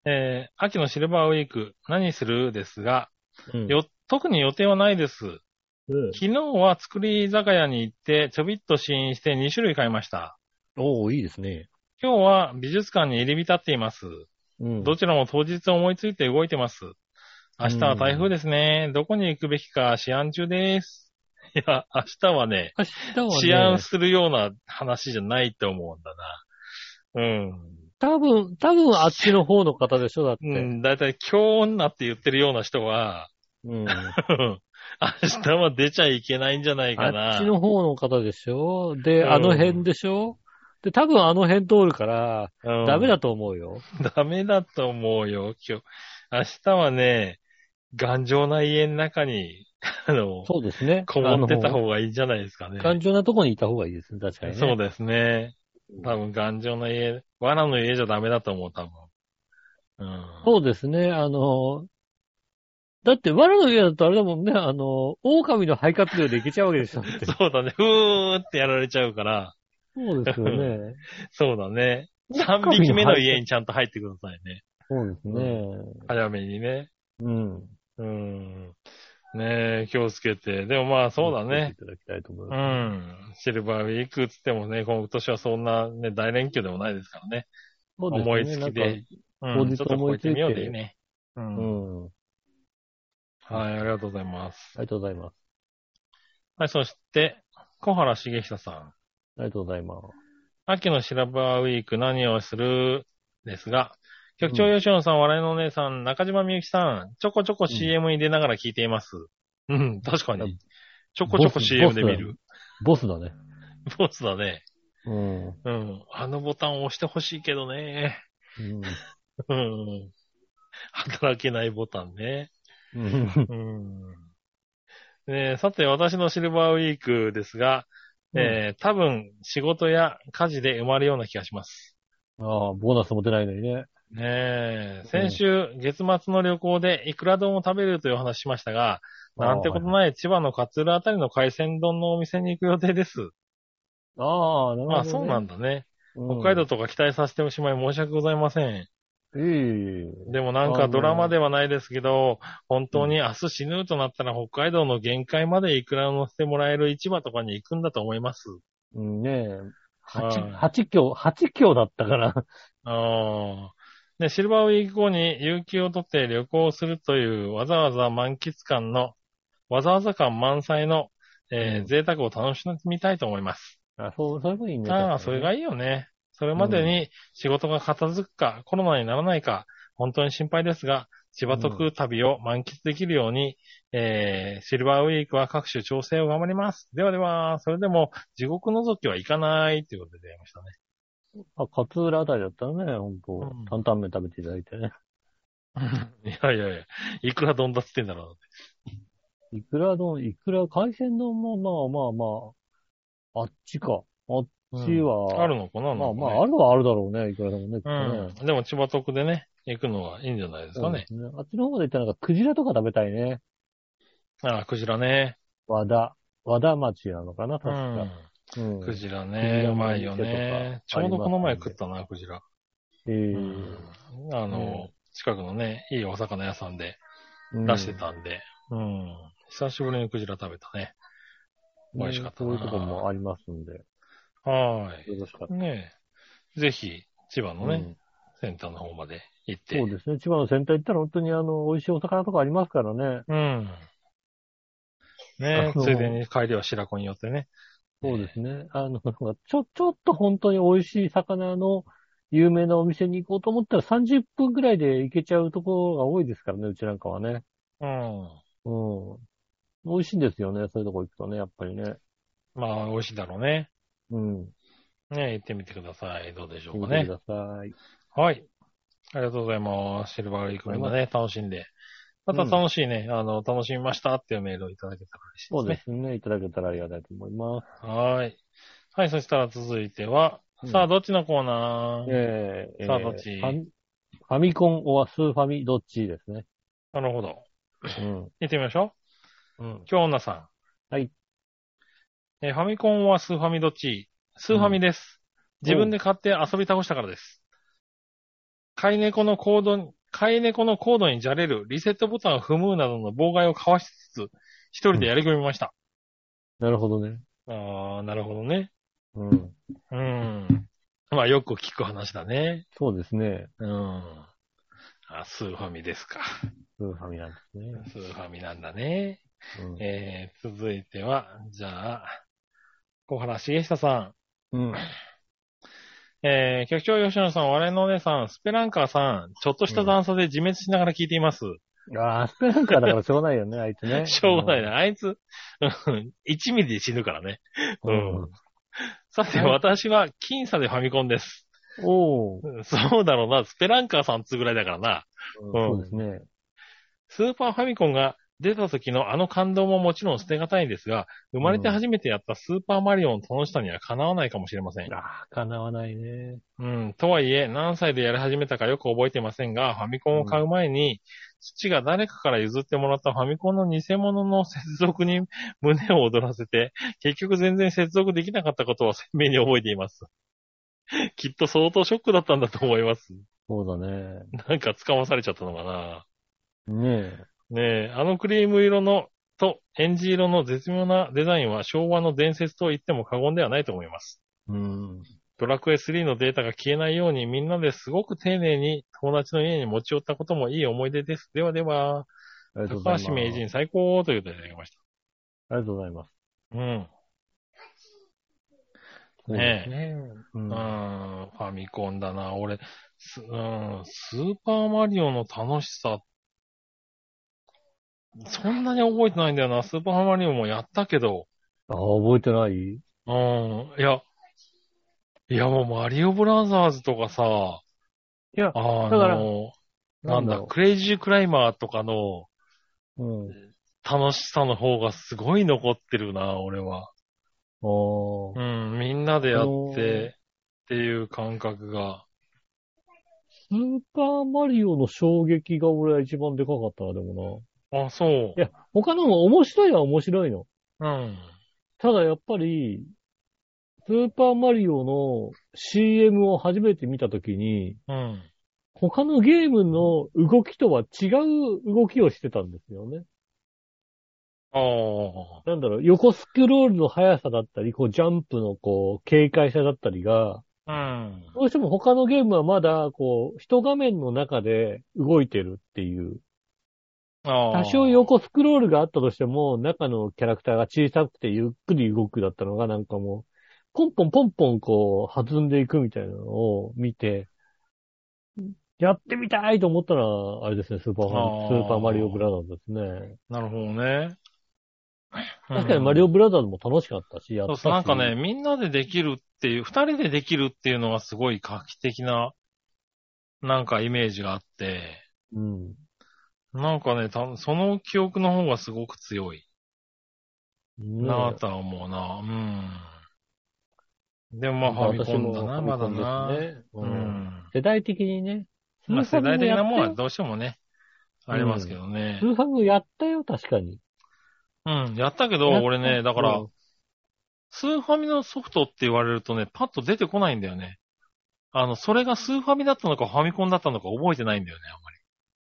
えー、秋のシルバーウィーク、何するですが、
うん
よ、特に予定はないです。
うん
昨日は作り酒屋に行って、ちょびっと試飲して2種類買いました。
おー、いいですね。
今日は美術館に入り浸っています。
うん。
どちらも当日思いついて動いてます。明日は台風ですね。どこに行くべきか試案中です。 (laughs) いや、明日はね、
明日はね、
試案するような話じゃないと思うんだな。うん。
多分、多分あっちの方の方でしょ、だって。
うん、だいたい今日女って言ってるような人は、 (laughs)
うん。
明日は出ちゃいけないんじゃないか
あ
な。
っちの方の方でしょで、
うん
あの辺でしょで、多分あの辺通るから、
うん
ダメだと思うよ。
ダメだと思うよ、今日。明日はね、頑丈な家の中に、あの、
そうですね。
こもってた
が
方がいいんじゃないですかね。
頑丈なとこにいた方がいいですね、確かにね。
そうですね。多分頑丈な家、罠の家じゃダメだと思う、多分。うん。
そうですね、あの、だって、我の家だとあれだもんね、あの、狼の肺活量でいけちゃうわけ
(laughs)
でしょ。だって
そうだね。ふーってやられちゃうから、
そうですよね。
そうだね。3匹目の家にちゃんと入ってくださいね。
そうですね。
早めにね。
うん。
うん。ねえ、気をつけて。でもまあそうだね。。
いただきたいと思いうます。
ん。シルバーウィークっつってもね、今年はそんなね、大連休でもないですからね。
そうですね
思いつきで。。
当
うん、
日
ちょっとこう
思
行
い
っ
ついて
てみようでいいね。う。
なんかうんん。あ
はい、ありがとうございます。
りがとうございます。
はい、そして、小原茂久さん。
ありがとうございます。
秋のシルバーウィーク何をするですが、局長吉野さん、笑いのお姉さん、中島みゆきさん、ちょこちょこ CM に出ながら聞いています。うん、確かに。ちょこちょこ
ボス
CM で見る。
ボスだね。
ボスだね。
うん。
うん。あのボタンを押してほしいけどね。うん。働けないボタンね。
うん。
うん。ねえさて、私のシルバーウィークですが、 (laughs) えー多分、仕事や家事で埋まるような気がします。
ああ、ボーナスも出ないのにね。
ねえ、先週、月末の旅行でいくら丼を食べるという話しましたが、なんてことない千葉の勝浦あたりの海鮮丼のお店に行く予定です。
ああ、なるほど、ね。
まあそうなんだね。
うん
北海道とか期待させてしまい申し訳ございません。
ええ
でもなんかドラマではないですけど、本当に明日死ぬとなったら北海道の限界までいくら乗せてもらえる市場とかに行くんだと思います。
うんねえ。八
はい、
八強、八強だったから。
あーで、シルバーウィーク後に有給を取って旅行するというわざわざ満喫感の、わざわざ感満載の、えー
うん
贅沢を楽しみたいと思います。
あそう、それもいいね。
ああ、それがいいよね。それまでに仕事が片付くか、コロナにならないか、本当に心配ですが、千葉特旅を満喫できるように、えー、シルバーウィークは各種調整を頑張ります。ではでは、それでも地獄覗きはいかないということでやりましたね。
あ、勝浦あたりだったらね、本当、
うん
担々麺食べていただいてね。
(laughs) いやいやいや、いくらどんだっつってんだろ
いくら丼、いくら海鮮丼もまあまあまあ、あっちか。あっ
うな。
ちは、
うんあるのかな
まあまあ、
あ
あるはあるだろうね、いくらでもね。きっと
うん
ね。
でも千葉特でね、行くのはいいんじゃないですかね。
そうですあっちの方で行ったらなんか、クジラとか食べたいね。
ああ、クジラね。
和田、和田町なのかな、
う
確
ん
か。。うん
クジラ
クジ
ね。
ラ
う
も
ま
いい
い
けど
よね。ちょうどこの前食ったな、クジラ。
えー
うんあの、
ね
近くのね、いいお魚屋さんで
うん
出してたんで、うん。久しぶりにクジラ食べたね。美味しかったな
ねそういうとこもありますんで、よ
はー
ろしかっ
い。ねえぜひ、千葉
た。
のね、
うん
センターの方まで行って。
そうですね。千葉の先端行ったら本当にあの、美味しいお魚とかありますからね。
うん。
あ
ね
の
えついでに帰りは白子に寄ってね。
そうですね。あの、なんかちょ、ちょっと本当に美味しい魚の有名なお店に行こうと思ったら30分くらいで行けちゃうところが多いですからね、うちなんかはね。
うん。
うん。美味しいんですよね、そういうとこ行くとね、やっぱりね。
まあ、美味しいだろうね。
うん。
ねえ行ってみてください。どうでしょ
行
う
っ
か
て
ね
く。ださい。
はい。ありがとうございます。シルバーウィークメンバーね、楽しんで。また楽しいね、あの、楽しみましたっていうメールをいただけたら嬉しいで
そ
す
う
ね
で。すね。いただけたらありがたいと思います。
はい。はい、そしたら続いては、
うん
さあ、どっちのコーナー、
ええ
さあどっち
ファミファミコンオアスーファミどっちですね。
なるほど。
うん。
行ってみましょ
うん
う。。今日女さん。
はい。
えーファミコンはスーファミどっちスーファミです。
うん
自分で買って遊び倒したからです。飼い猫のコードに、飼い猫のコードにじゃれる、リセットボタンを踏むなどの妨害をかわしつつ、一人でやり込みました。
なるほどね。
ああ、なるほどね。
うん。
うん。まあ、よく聞く話だね。
そうですね。
うん。あ、スーファミですか。
スーファミなんですね。
スーファミなんだね。
うん
えー、続いては、じゃあ、小原茂久さ
うん。
ん。えー、局長吉野さん、我のお姉さん、スペランカーさん、ちょっとした段差で自滅しながら聞いています。
ああ、スペランカーだからしょうがないよね、あいつね。
(laughs) しょうがないな。あいつ、うん1ミリで死ぬからね。
う
うん
ん。うん。
さて、
はい
私は、僅差でファミコンです。
おー。
うんそうだろうな、スペランカーさんつぐらいだからな。
そうですね。
スーパーファミコンが出た時のあの感動ももちろん捨てがたいんですが、生まれて初めてやったスーパーマリオの楽しさにはかなわないかもしれません。
ああ、叶わないね。
うん。とはいえ、何歳でやり始めたかよく覚えてませんが、ファミコンを買う前に、父が誰かから譲ってもらったファミコンの偽物の接続に (laughs) 胸を躍らせて、結局全然接続できなかったことは (laughs) 鮮明に覚えています。 (laughs) きっと相当ショックだったんだと思います。 (laughs)
そうだね。
なんか捕まされちゃったのかな。
ねえ。
ねえ、あのクリーム色のとエンジ色の絶妙なデザインは昭和の伝説と言っても過言ではないと思います。
うん。
ドラクエ3のデータが消えないようにみんなですごく丁寧に友達の家に持ち寄ったこともいい思い出です。ではでは、
ありがとうござい
高
ます。
橋名人最高ということでいただきまし
ありがとうございます。
た。うん。
そう
ね
で
え
すね。う。
うんん、ファミコンだな。俺、すうん、スーパーマリオの楽しさ、そんなに覚えてないんだよな。スーパーマリオもやったけど、
ああ、覚えてない
うん。いや、いやもうマリオブラザーズとかさ、
いや
あの
だから
なんだ、
ろ
クレイジークライマーとかの
う。うん。
楽しさの方がすごい残ってるな、俺は。
おー。
うん、みんなでや
あ
っ
のー
てっていう感覚が。
スーパーマリオの衝撃が俺は一番でかかったな、でも
あ、そう
な。い。や、他のも面白いは面白いの。
うん。
ただやっぱり、スーパーマリオの CM を初めて見たときに、
うん。
他のゲームの動きとは違う動きをしてたんですよね。
ああ。
なんだろう、横スクロールの速さだったり、こうジャンプのこう、軽快さだったりが、
うん。
どうしても他のゲームはまだ、こう、一画面の中で動いてるっていう。
ああ。
多少横スクロールがあったとしても、中のキャラクターが小さくてゆっくり動くだったのが、なんかもう、ポンポンポンポンこう、弾んでいくみたいなのを見て、やってみたいと思ったのは、あれですね、スーパーファ
あー
ミ、スーパーマリオブラザーズですね。
なるほどね。
確かにマリオ
うん
ブラザーズも楽しかったし、やった
そう
し。
そうなんかね、みんなでできるっていう、二人でできるっていうのがすごい画期的な、なんかイメージがあって、
うん。
なんかね、たその記憶の方がすごく強い
ね
なぁとは思うなうん。でもまあファミコンだな、まだな、
ね
う
うん
ん。
世代的にね。
まあ
スー
世
ファ
代
ミ
的
やっ
な
た
もんは
よ
どうしてもね、ありますけどね
ス。ーファミやったよ、確かに。
うん、やったけど、
やった
俺ね、だから、
うん
スーファミのソフトって言われるとね、パッと出てこないんだよね。あの、それがスーファミだったのかファミコンだったのか覚えてないんだよね、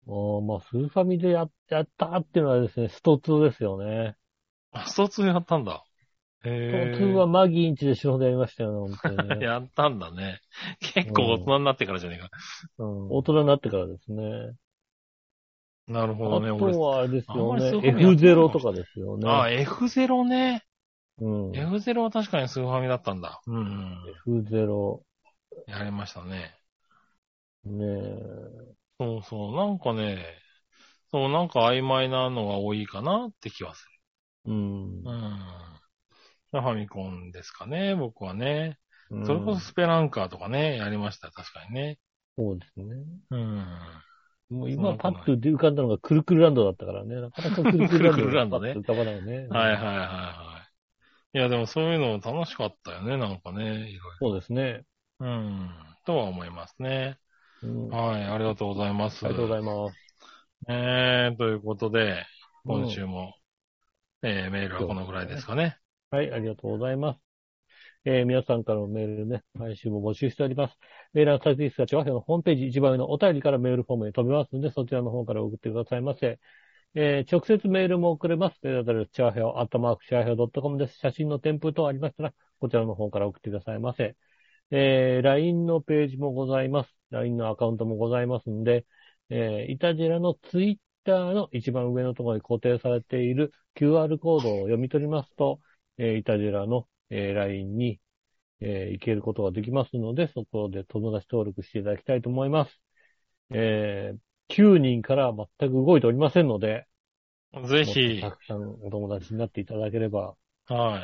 あんまり。
あーまあ、スーファミでややったっていうのはですね、スト2ですよね。
あ、スト2やったんだ。
スト
へ
2はマギーインチで死ぬほどやりましたよね、本
(laughs)
当にね。
やったんだね。結構大人になってからじゃねえか。うん
大人になってからですね。
なる
あ
ほどね、俺
と。はあれですよね
あんまりスーファミやってない
F0 とかですよね。
あ、F0 ね。
うん、
F0 は確かにスーファミだったんだ。うん、うん。
F0。
やりましたね。
ね
そうそう。なんかね、そう、なんか曖昧なのが多いかなって気はす
え。うん
る。うん。ファミコンですかね、僕はね。
うん。
それこそスペランカーとかね、やりました、確かにね。
そうですね。
うん。
もう
そ
今
う
パッと浮かんだのがくるくるランドだったからね。なかなかくるく
くる
る
くる
ラ
ラ
ン
ン
ド
ド
が
ね
パッと浮かばないよね。
はいはいはいはい。いや、でもそういうの楽しかったよね、なんかね、いろい
そうですね。
ろ。うん。とは思いますね。
うんあ
はい、ありがとうございます。
りがとうござ
い
います。
えー、ということで、今週も、えーメールはこのぐらいですかね。
はい、ありがとうございます。えー皆さんからのメールね、毎週も募集しております。メールはサイズリストは調和表のホームページ一番上のお便りからメールフォームに飛びますので、そちらの方から送ってくださいませ。えー直接メールも送れます。メールアドレス、チワヘオ、アットマーク、チワヘオ .com です。写真の添付等ありましたら、こちらの方から送ってくださいませ。えー LINE のページもございます。LINE のアカウントもございますんで、えーイタジェラのツイッターの一番上のところに固定されている QR コードを読み取りますと、えーイタジェラの、えー LINE に、えー行けることができますので、そこで友達登録していただきたいと思います。えー9人からは全く動いておりませんので、
ぜ
もっ
ひ
と、たくさんお友達になっていただければ、
は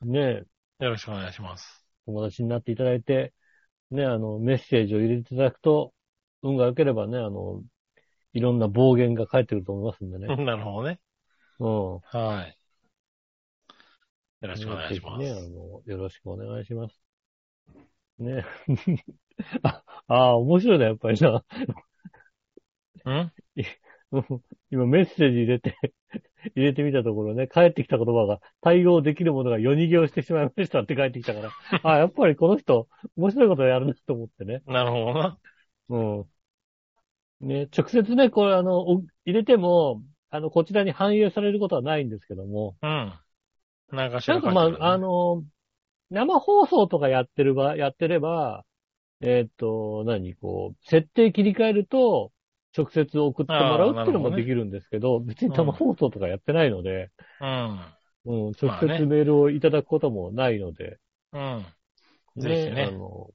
ねえ、
い。よろしくお願いします。
友達になっていただいて、ね、あの、メッセージを入れていただくと、運が良ければね、あの、いろんな暴言が返ってくると思いますんでね。
なるほどね。
うん。よ
はい。よろしくお願いします。
ね、あの、よろしくお願いします。ね。 (laughs) あ、あー、面白いな、やっぱりな。 (laughs)
ん
今メッセージ入れて、 (laughs) 入れてみたところね、返ってきた言葉が、対応できるものが夜逃げをしてしまいましたって返ってきた
(laughs)
から、あーやっぱりこの人、面白いことやるなと思ってね。
なるほどな。
うん。ね、直接ね、これ、あの、お入れても、あの、こちらに反映されることはないんですけども、
うん。なんかし
な
ら
んか
書い
ま
てるね
あ、あの、生放送とかやってるば、やってれば、えーっと、何、こう、設定切り替えると、直接送ってもらうっていうの
あーなるほ
も
どね
できるんですけど、別に生放送とかやってないので、うん、直
まあ
接
ね
メールをいただくこともないので、
うん。うん。ぜひ
あ
ね
の、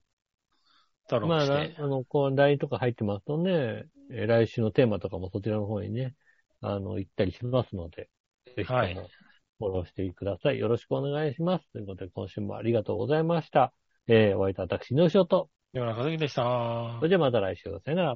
登
ま
録
あ、
して。
なあの、こう、LINE とか入ってますとね、えー来週のテーマとかもそちらの方にね、あの、行ったりしますので、ぜひとも
はい
フォローしてください。よろしくお願いします。ということで、今週もありがとうございました。えー、お相手は私、井上翔と。
山中関でした
それ。ではまた来週、さよなら。